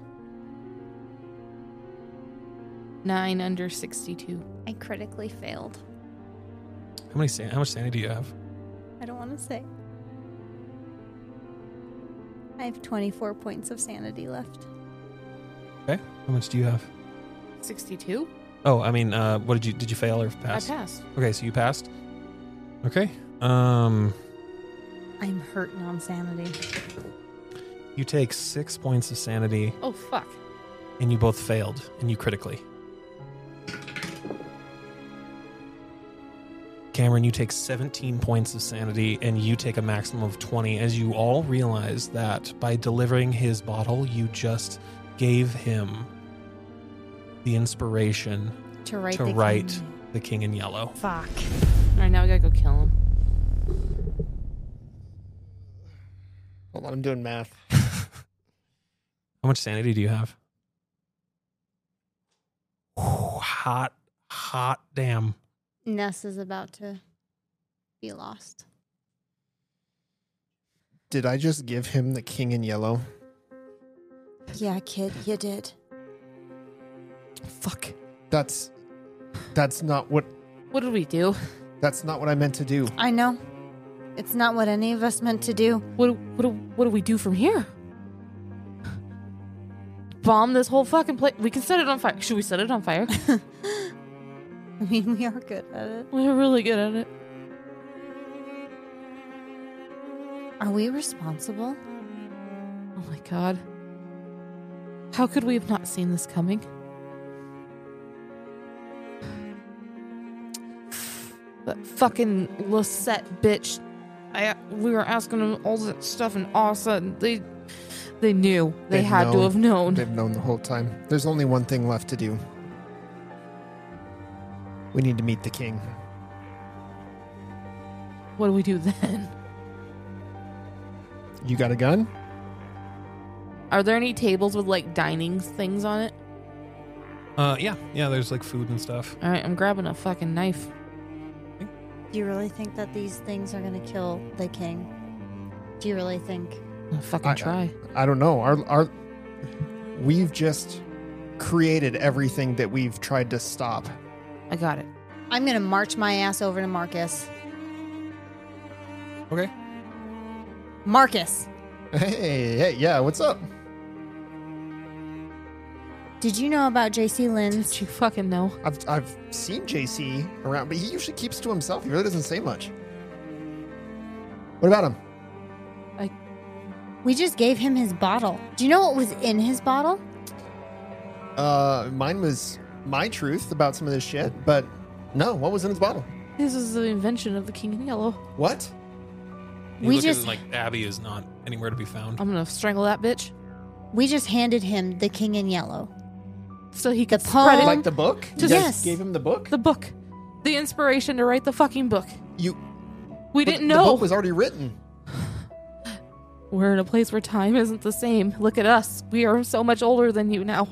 Nine under sixty-two.
I critically failed.
How many? San- how much sanity do you have?
I don't want to say. I have 24 points of sanity left.
Okay. How much do you have?
Sixty-two.
Oh, I mean, uh, what did you did you fail or
I
pass?
passed.
Okay, so you passed. Okay. Um.
I'm hurting on sanity.
You take six points of sanity,
Oh fuck.
and you both failed, and you critically. Cameron, you take 17 points of sanity, and you take a maximum of 20 as you all realize that by delivering his bottle, you just gave him the inspiration,
To write
To
the
write.
king.
the King in Yellow.
Fuck.
All right, now we gotta go kill him.
Hold on, I'm doing math.
How much sanity do you have? Ooh, hot, hot damn.
Ness is about to be lost.
Did I just give him the king in yellow?
Yeah, kid, you did.
Fuck. That's that's not what
What did we do?
that's not what I meant to do.
I know. It's not what any of us meant to do. (laughs)
What what do- what do we do from here? Bomb this whole fucking place. We can set it on fire. Should we set it on fire? (laughs)
I mean, we are good at it.
We're really good at it.
Are we responsible?
Oh my god. How could we have not seen this coming? (sighs) That fucking Lisette bitch. I we were asking them all that stuff and all of a sudden they they knew. They
They've
had to
known.
have known.
They've known the whole time. There's only one thing left to do. We need to meet the king.
What do we do then? (laughs)
You got a gun?
Are there any tables with like dining things on it?
Uh, yeah, yeah. There's like food and stuff.
All right, I'm grabbing a fucking knife.
Do you really think that these things are going to kill the king? Do you really think?
I'm gonna fucking
I- uh,
try.
I don't know. Our our we've just created everything that we've tried to stop.
I got it.
I'm going to march my ass over to Marcus.
Okay.
Marcus,
Hey, hey, yeah, what's up?
did you know about JC Lynn's
Did you fucking know?
I've I've seen JC around, but he usually keeps to himself. He really doesn't say much. What about him?
We just gave him his bottle. Do you know what was in his bottle?
Uh, mine was my truth about some of this shit, but no, what was in his bottle?
This is the invention of the King in Yellow.
What?
You
We
look at it,
just-
like Abby is not anywhere to be found.
I'm gonna strangle that bitch
We just handed him the King in Yellow.
so he
The
could spread it.
poem.
Like the book? You
Just-
guys
Yes.
Gave him the book.
the book, the inspiration to write the fucking book.
you
We
but
didn't
the
know.
book was already written.
We're in a place where time isn't the same. Look at us. We are so much older than you now.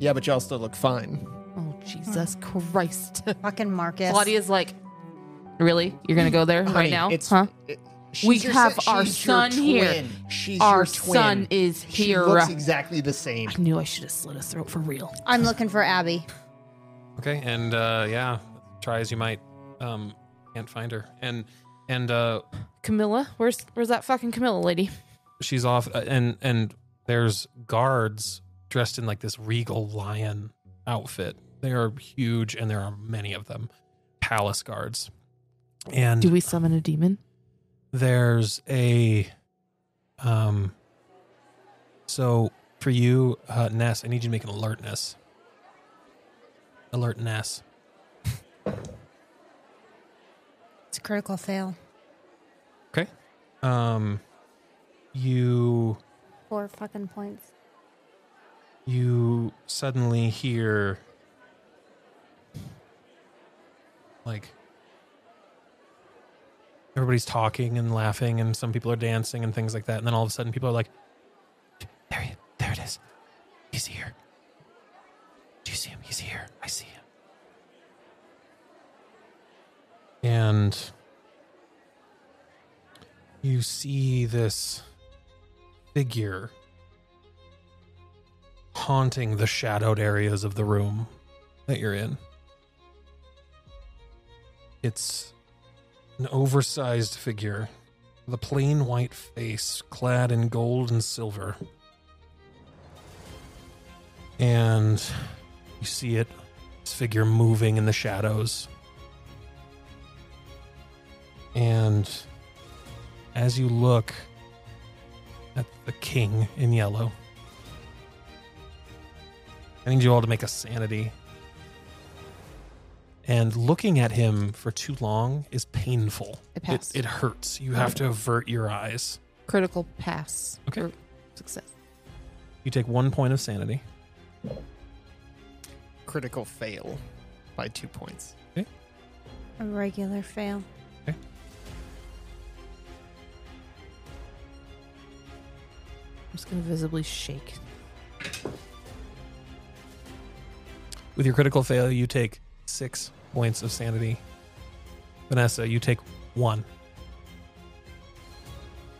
Yeah, but y'all still look fine.
Oh, Jesus (laughs) Christ.
Fucking Marcus.
Claudia's like, really? You're going to go there
Honey,
right now?
it's
huh?
it-
We
she's your
have
son-
our
she's your
son here.
twin. She's
Our
your twin.
son is
She
here.
looks exactly the same.
I knew I should have slit his throat for real.
I'm looking for Abby.
Okay, and uh, yeah, try as you might, um, can't find her, and and uh,
Camilla? Where's where's that fucking Camilla lady?
she's off, uh, and and there's guards dressed in like this regal lion outfit. They are huge, and there are many of them, palace guards, and
Do we summon a demon?
there's a um so for you uh ness i need you to make an alertness alert ness
It's a critical fail.
okay um you
Four fucking points.
you suddenly hear like everybody's talking and laughing and some people are dancing and things like that and then all of a sudden people are like there, he- there it is he's here do you see him he's here i see him and you see this figure haunting the shadowed areas of the room that you're in. It's an oversized figure with a plain white face clad in gold and silver. And you see it, this figure moving in the shadows. And as you look at the king in yellow, I need you all to make a sanity. And looking at him for too long is painful.
I passed.
It, it hurts. You have to avert your eyes.
Critical pass.
Okay.
for Success.
You take one point of sanity.
Critical fail by two points.
A regular fail.
I'm just going to visibly shake.
With your critical fail, you take six points of sanity. Vanessa, you take one.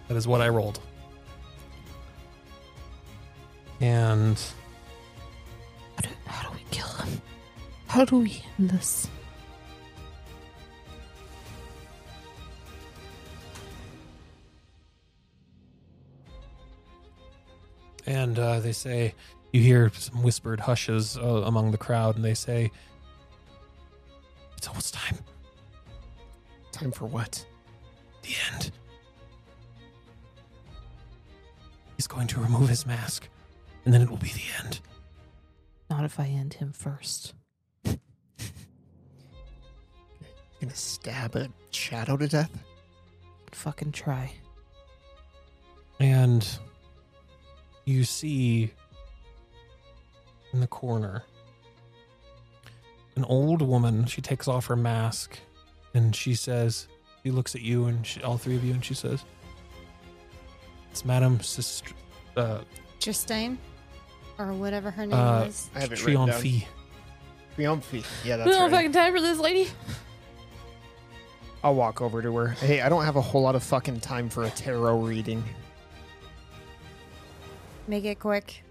That is what I rolled. And
How do, how do we kill him? How do we end this?
and uh, they say you hear some whispered hushes uh, among the crowd, and they say, "It's almost time.
Time for what?
The end." He's going to remove his mask, and then it will be the end.
Not if I end him first.
You're gonna stab a shadow to death?
Fucking try.
And you see in the corner an old woman. She takes off her mask and she says, she looks at you and she, all three of you, and she says, It's Madame Sistr- uh,
Justine? Or whatever her name
Uh,
is.
I have it written down.
Triomphie.
Triumphi. Yeah,
We
that's
don't have
right.
fucking time for this lady.
I'll walk over to her. Hey, I don't have a whole lot of fucking time for a tarot reading.
Make it quick.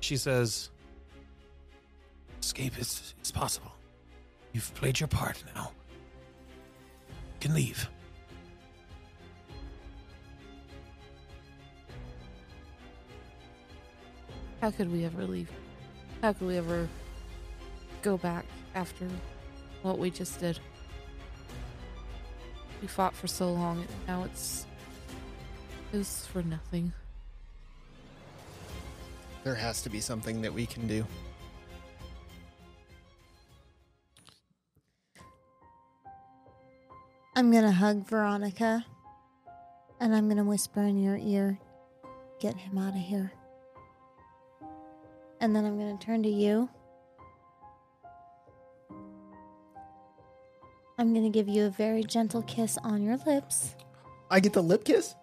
She says, Escape is, is possible. You've played your part now. You can leave.
How could we ever leave? How could we ever go back after what we just did? We fought for so long, and now it's It was for nothing.
There has to be something that we can do.
I'm gonna hug Veronica and I'm gonna whisper in your ear, get him out of here. And then I'm gonna turn to you. I'm gonna give you a very gentle kiss on your lips.
I get the lip kiss?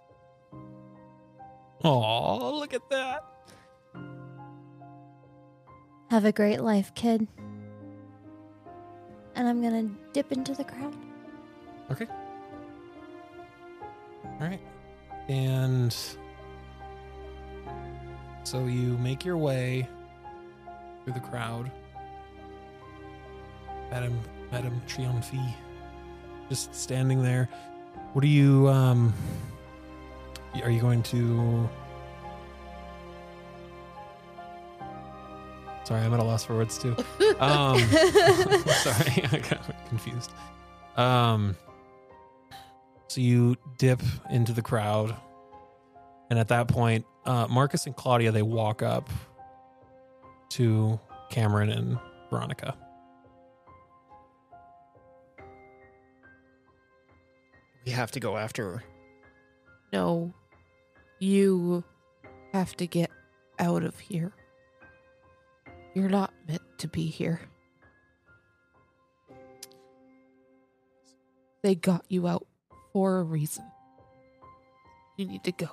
Oh, look at that.
Have a great life, kid. And I'm gonna dip into the crowd.
Okay. All right. And so you make your way through the crowd. Madame Madame Triomphe just standing there. What are you um are you going to Sorry, I'm at a loss for words too.
(laughs)
Um (laughs) sorry, (laughs) I got confused. Um, so you dip into the crowd, and at that point, uh, Marcus and Claudia they walk up to Cameron and Veronica.
We have to go after her.
No. You have to get out of here. You're not meant to be here. They got you out for a reason. You need to go.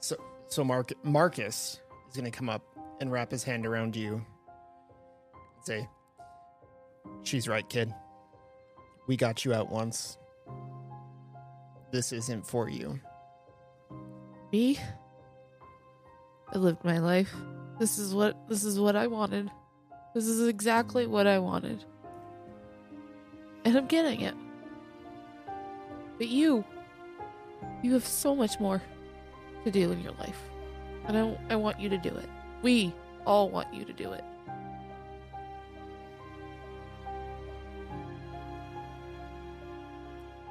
So, so Mark, Marcus is going to come up and wrap his hand around you and say, She's right, kid. We got you out once. This isn't for you.
Me? I lived my life. This is what this is what I wanted. This is exactly what I wanted. And I'm getting it. But you you have so much more to do in your life. And I I want you to do it. We all want you to do it.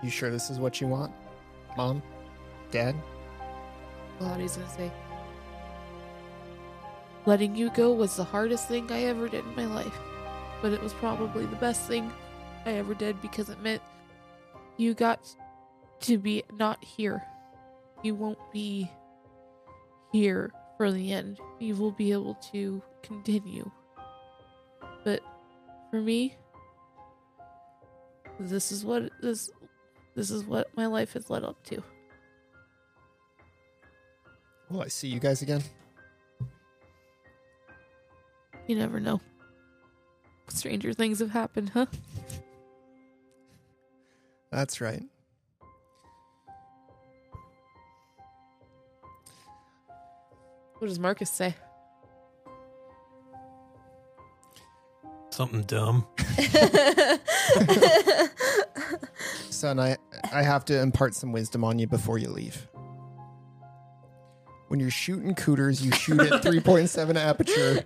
You sure this is what you want? Mom? Dad?
Lottie's gonna say, Letting you go was the hardest thing I ever did in my life, but it was probably the best thing I ever did because it meant you got to be not here. You won't be here for the end. You will be able to continue. But for me, this is what this this is what my life has led up to.
Will Oh, I see you guys again?
You never know. Stranger things have happened, huh?
That's right.
What does Marcus say?
Something dumb. (laughs)
Son, I, I have to impart some wisdom on you before you leave. When you're shooting cooters, you shoot
(laughs)
at 3.7 aperture.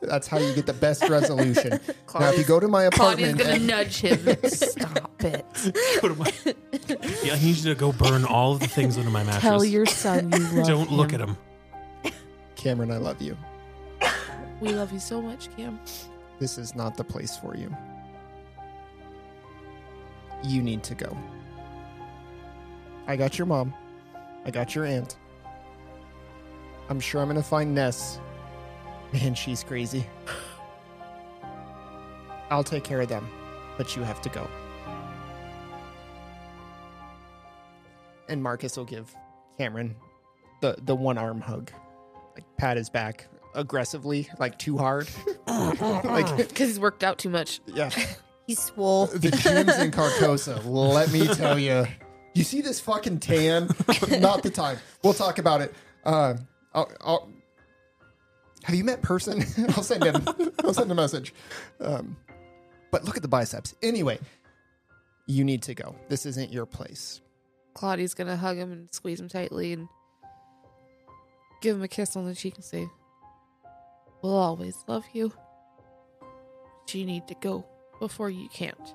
That's how you get the best resolution. now, if you go to my apartment, and-
nudge him. Stop it.
Go to my- yeah, I need you to go burn all of the things under my mattress.
Tell your son
(laughs)
you love
Don't look at him.
(laughs) Cameron, I love you.
We love you so much, (laughs) Cam.
This is not the place for you. You need to go. I got your mom. I got your aunt. I'm sure I'm going to find Ness. Man, she's crazy. (sighs) I'll take care of them, but you have to go. And Marcus will give Cameron the, the one arm hug. Like, pat his back aggressively, like too hard. like,
Because he's worked out too much.
yeah.
He's swole.
The gyms in Carcosa, let me tell you. You see this fucking tan? Not the time. We'll talk about it. Uh, I'll, I'll, have you met person? (laughs) I'll send him. I'll send a message. Um, but look at the biceps. Anyway, you need to go. This isn't your place.
Claudia's going to hug him and squeeze him tightly and give him a kiss on the cheek and say, We'll always love you. But you need to go before you can't.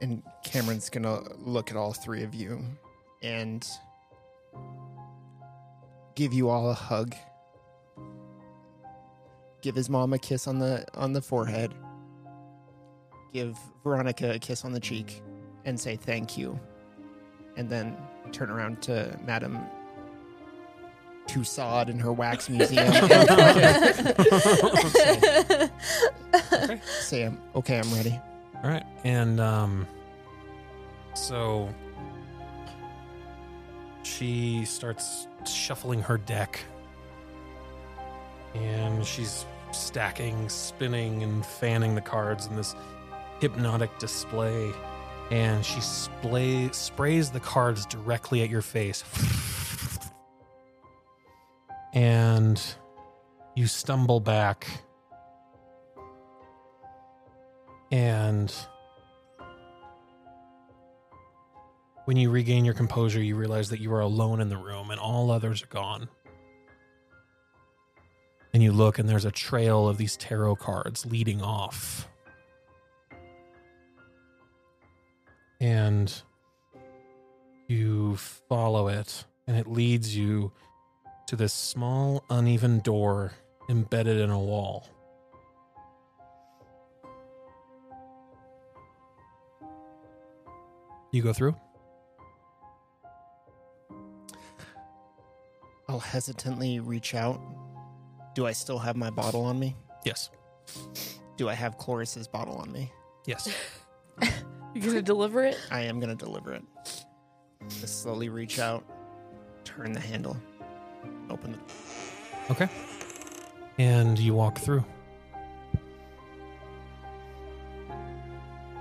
And Cameron's gonna look at all three of you and give you all a hug. Give his mom a kiss on the on the forehead. Give Veronica a kiss on the cheek and say thank you. And then turn around to Madame Tussaud in her wax museum (laughs)
(laughs)
(laughs)
and say, "I'm- okay, I'm ready.
All right, and um, so she starts shuffling her deck, and she's stacking, spinning, and fanning the cards in this hypnotic display. And she splay, sprays the cards directly at your face, and you stumble back. And when you regain your composure, you realize that you are alone in the room and all others are gone. And you look, and there's a trail of these tarot cards leading off. And you follow it, and it leads you to this small, uneven door embedded in a wall. You go through?
I'll hesitantly reach out. Do I still have my bottle on me?
Yes.
Do I have Chloris's bottle on me?
Yes.
You gonna deliver it?
I am gonna deliver it. Just slowly reach out, turn the handle, open it.
Okay. And you walk through.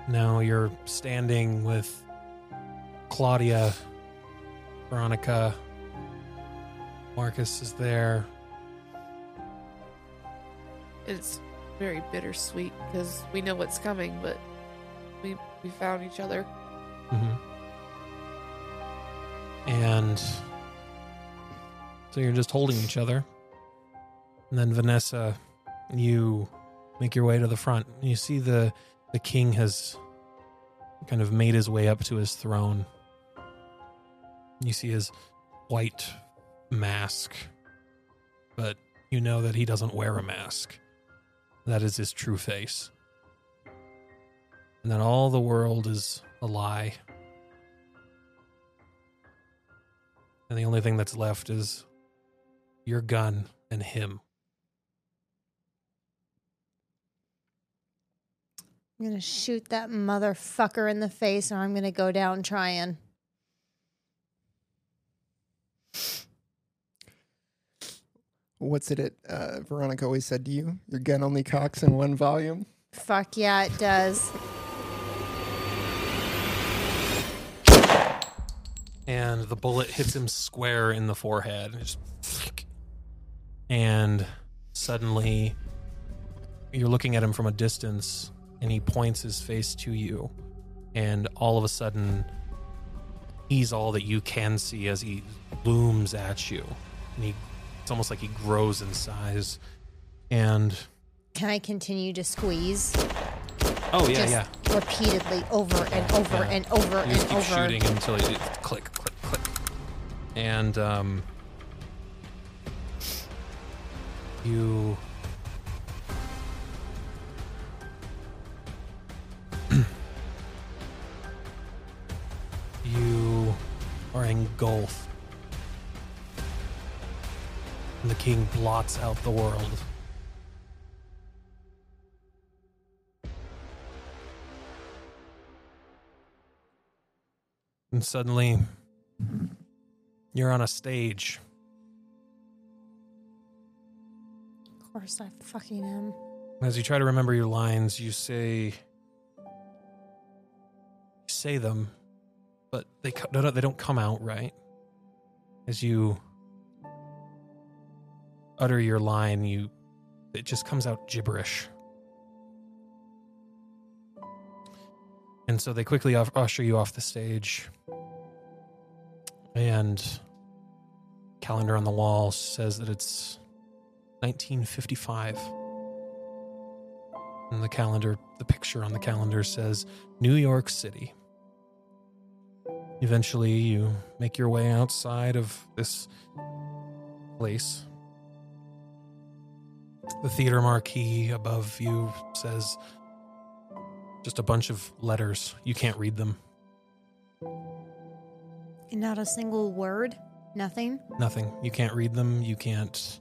Now you're standing with Claudia, Veronica, Marcus is there.
It's very bittersweet because we know what's coming, but we we found each other.
Mm-hmm. And so you're just holding each other. And then Vanessa, you make your way to the front. You see the the king has kind of made his way up to his throne. You see his white mask, but you know that he doesn't wear a mask. That is his true face. And that all the world is a lie. And the only thing that's left is your gun and him.
I'm gonna shoot that motherfucker in the face, and I'm gonna go down trying.
What's it? At, uh, Veronica always said to you, "Your gun only cocks in one volume."
Fuck yeah, it does.
And the bullet hits him square in the forehead. And, just and suddenly, you're looking at him from a distance, and he points his face to you. And all of a sudden, he's all that you can see as he looms at you. And he, it's almost like he grows in size. And
Can I continue to squeeze?
oh yeah,
Just
yeah.
Repeatedly, over and over
Yeah.
and over
You
and
just keep
over.
shooting until you click, click, click. And um, you. (clears throat) you are engulfed. And the king blots out the world. And suddenly, you're on a stage.
Of course, I fucking am.
As you try to remember your lines, you say you say them, but they co- no, no, they don't come out right. As you utter your line, you it just comes out gibberish. And so they quickly off- usher you off the stage. And calendar on the wall says that it's 1955. And the calendar, the picture on the calendar says New York City. Eventually, you make your way outside of this place. The theater marquee above you says just a bunch of letters. You can't read them.
And not a single word? Nothing?
Nothing. You can't read them. You can't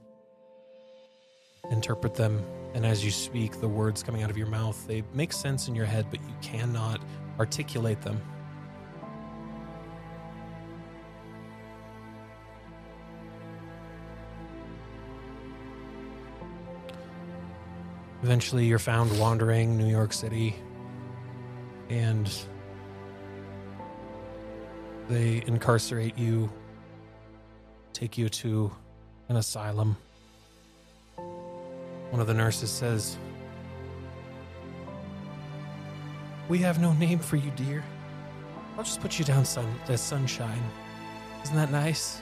interpret them. And as you speak, the words coming out of your mouth, they make sense in your head, but you cannot articulate them. Eventually, you're found wandering New York City, and they incarcerate you, take you to an asylum. One of the nurses says, We have no name for you, dear. I'll just put you down sun- as sunshine. Isn't that nice?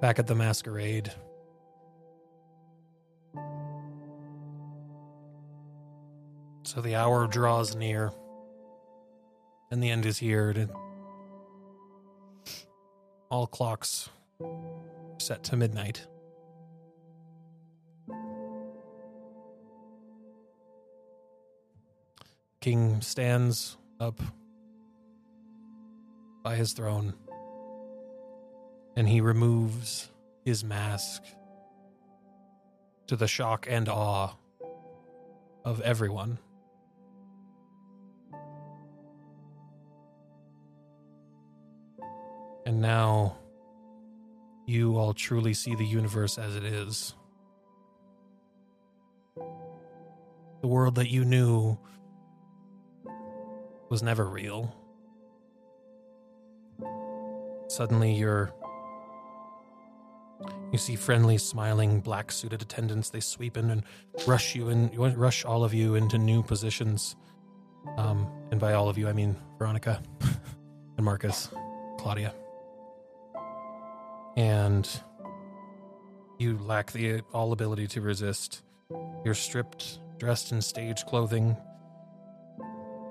Back at the masquerade. So the hour draws near, and the end is here. And it- all clocks set to midnight. King stands up by his throne and he removes his mask to the shock and awe of everyone. And now you all truly see the universe as it is. The world that you knew was never real. Suddenly you're you see friendly, smiling, black suited attendants. They sweep in and rush you and rush all of you into new positions. Um, and by all of you, I mean Veronica and Marcus, Claudia. And you lack the all ability to resist. You're stripped, dressed in stage clothing.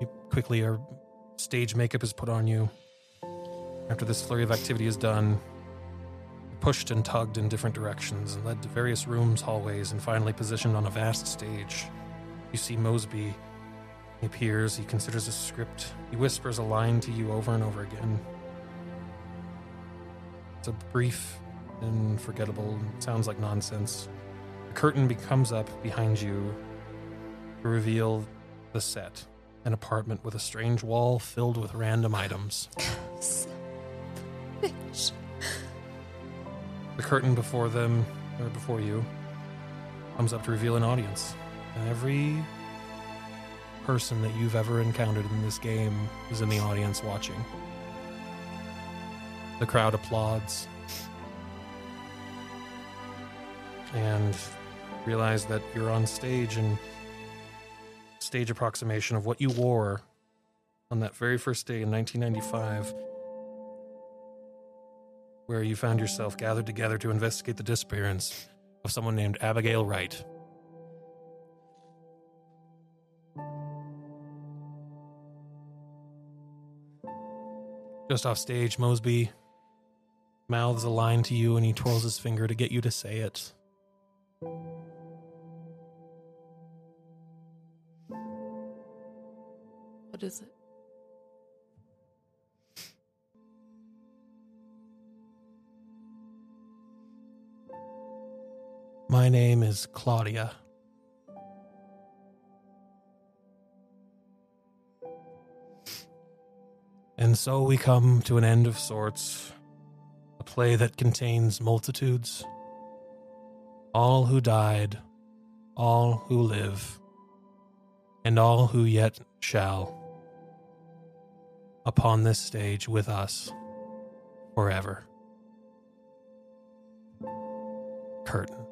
You quickly are stage makeup is put on you. After this flurry of activity is done, pushed and tugged in different directions and led to various rooms, hallways, and finally positioned on a vast stage. You see Mosby. He appears, he considers a script, he whispers a line to you over and over again. It's a brief and forgettable, sounds like nonsense. The curtain becomes up behind you to reveal the set, an apartment with a strange wall filled with random items.
Bitch.
The curtain before them, or before you, comes up to reveal an audience. And every person that you've ever encountered in this game is in the audience watching. The crowd applauds and realize that you're on stage and stage approximation of what you wore on that very first day in 1995 where you found yourself gathered together to investigate the disappearance of someone named Abigail Wright. Just off stage, Mosby mouths a line to you and he twirls his finger to get you to say it.
What is it?
My name is Claudia. And so we come to an end of sorts, a play that contains multitudes, all who died, all who live, and all who yet shall. upon this stage with us forever. Curtain.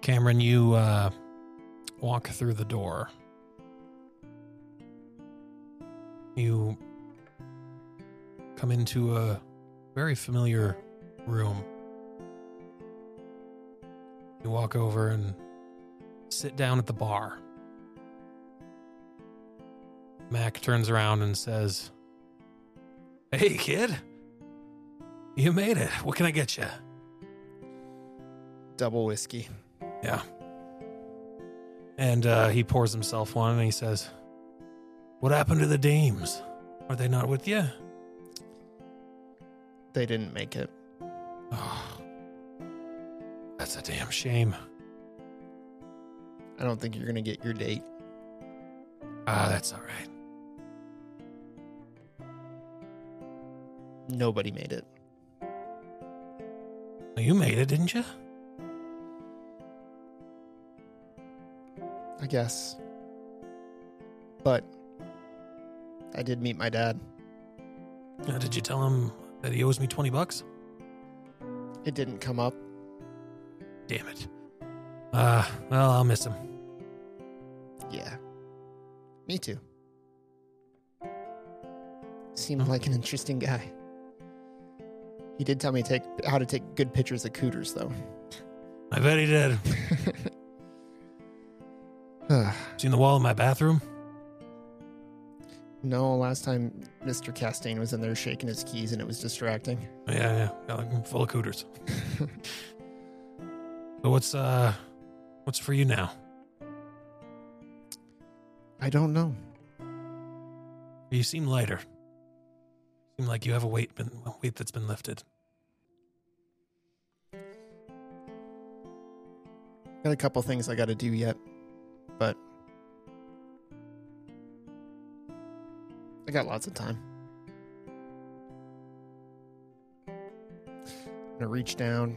Cameron, you uh, walk through the door. You come into a very familiar room. You walk over and sit down at the bar. Mac turns around and says, Hey, kid, you made it. What can I get you?
Double whiskey.
And uh, he pours himself one and he says, What happened to the dames? Are they not with you?
They didn't make it.
Oh, (sighs) that's a damn shame.
I don't think you're gonna get your date.
Ah, that's all right.
Nobody made it.
You made it, didn't you?
I guess. But I did meet my dad.
Uh, did you tell him that he owes me 20 bucks?
It didn't come up.
Damn it. Uh, well, I'll miss him.
Yeah. Me too. Seemed like an interesting guy. He did tell me to take how to take good pictures of cooters though. (sighs)
I bet he did. Seen the wall in my bathroom?
no, last time Mr. Castane was in there shaking his keys and it was distracting. (laughs)
Yeah, yeah. Got like full of cooters. so what's, uh, what's for you now?
I don't know.
You seem lighter. Seem like you have a weight been a weight that's been lifted.
Got a couple things I got to do yet, but I got lots of time. I'm gonna reach down,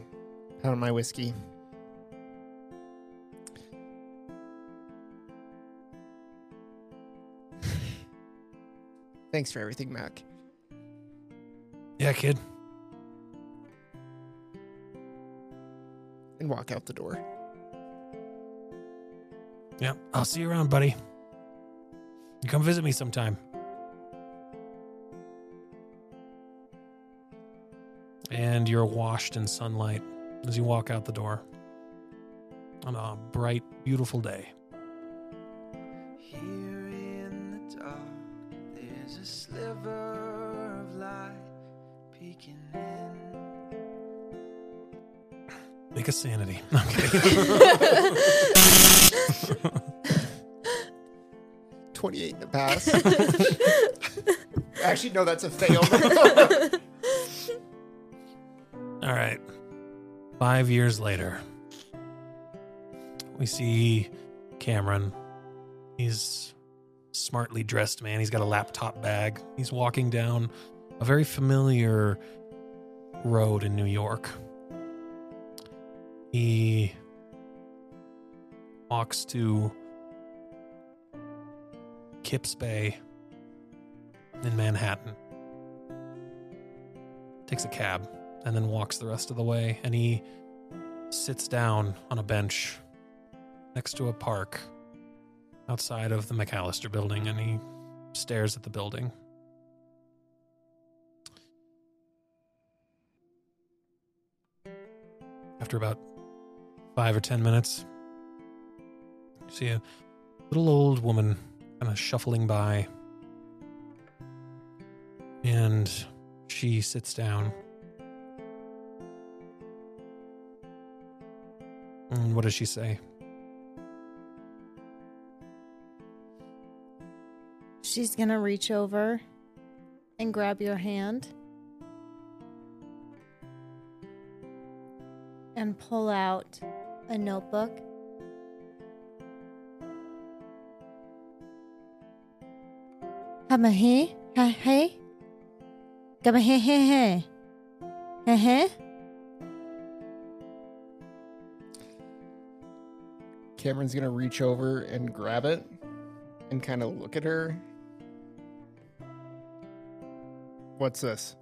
pound my whiskey. (laughs) Thanks for everything, Mac.
Yeah, kid.
And walk out the door.
Yeah. I'll see you around, buddy. You come visit me sometime. And you're washed in sunlight as you walk out the door on a bright, beautiful day.
Here in the dark, there's a sliver of light peeking in.
Make a sanity. (laughs) Okay.
(laughs)
28 and a pass. Actually, no, that's a fail. (laughs)
All right. Five years later, we see Cameron. He's smartly dressed man. He's got a laptop bag. He's walking down a very familiar road in New York. He walks to Kips Bay in Manhattan. Takes a cab and then walks the rest of the way and he sits down on a bench next to a park outside of the McAllister building and he stares at the building. After about five or ten minutes, you see a little old woman kind of shuffling by. And she sits down. And what does she say?
She's gonna reach over and grab your hand and pull out a notebook. Come here, hey, hey. Come here, hey, hey. Hey, hey.
Cameron's gonna reach over and grab it and kind of look at her. What's this?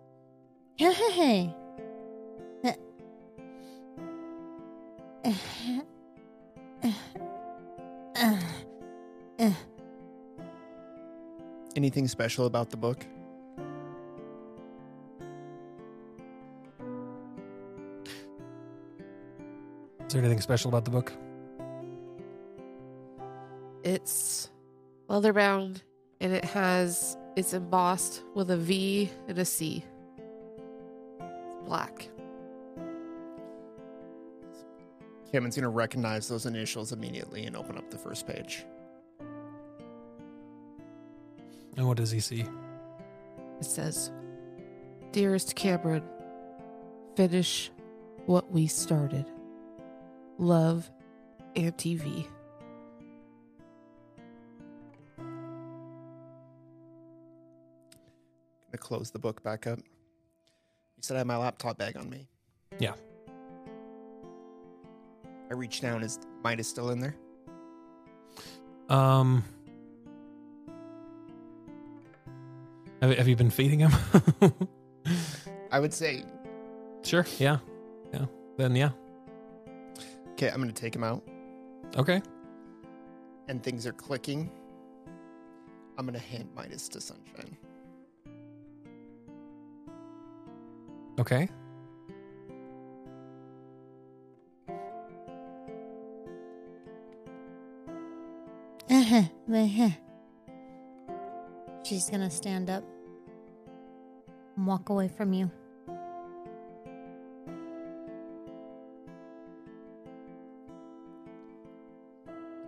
Hey, hey, hey. Uh, uh, uh, uh,
Anything special about the book?
Is there anything special about the book?
It's leather bound and it has it's embossed with a V and a C. It's black.
Cameron's gonna recognize those initials immediately and open up the first page.
And what does he see?
It says, Dearest Cameron, finish what we started. Love, Auntie V.
Gonna close the book back up. You said I had my laptop bag on me.
Yeah.
I reach down. Is mine is still in there?
Um, have, have you been feeding him? (laughs)
I would say,
sure. Yeah. Yeah. Then yeah.
okay, I'm gonna take him out.
Okay.
And things are clicking. I'm gonna hand Midas to Sunshine.
Okay.
uh-huh, uh-huh. (laughs) She's gonna stand up and walk away from you.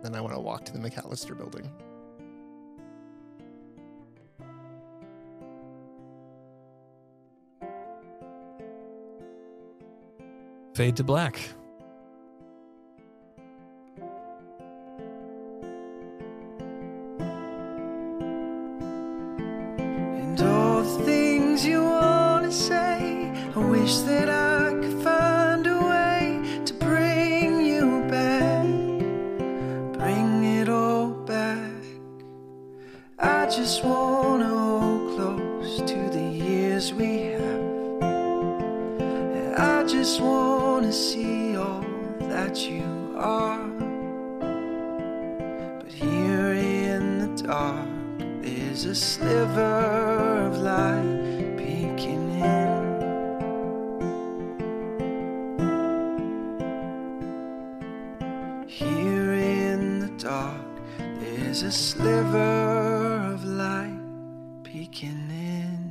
Then I want to walk to the McAllister building.
Fade to black.
And all the things you want to say, I wish that I could find a way to bring you back. Bring it all back. I just want to hold close to the years we have. And I just want to see all that you are. But here in the dark, there's a sliver of light peeking in. Here in the dark, there's a sliver of light peeking in.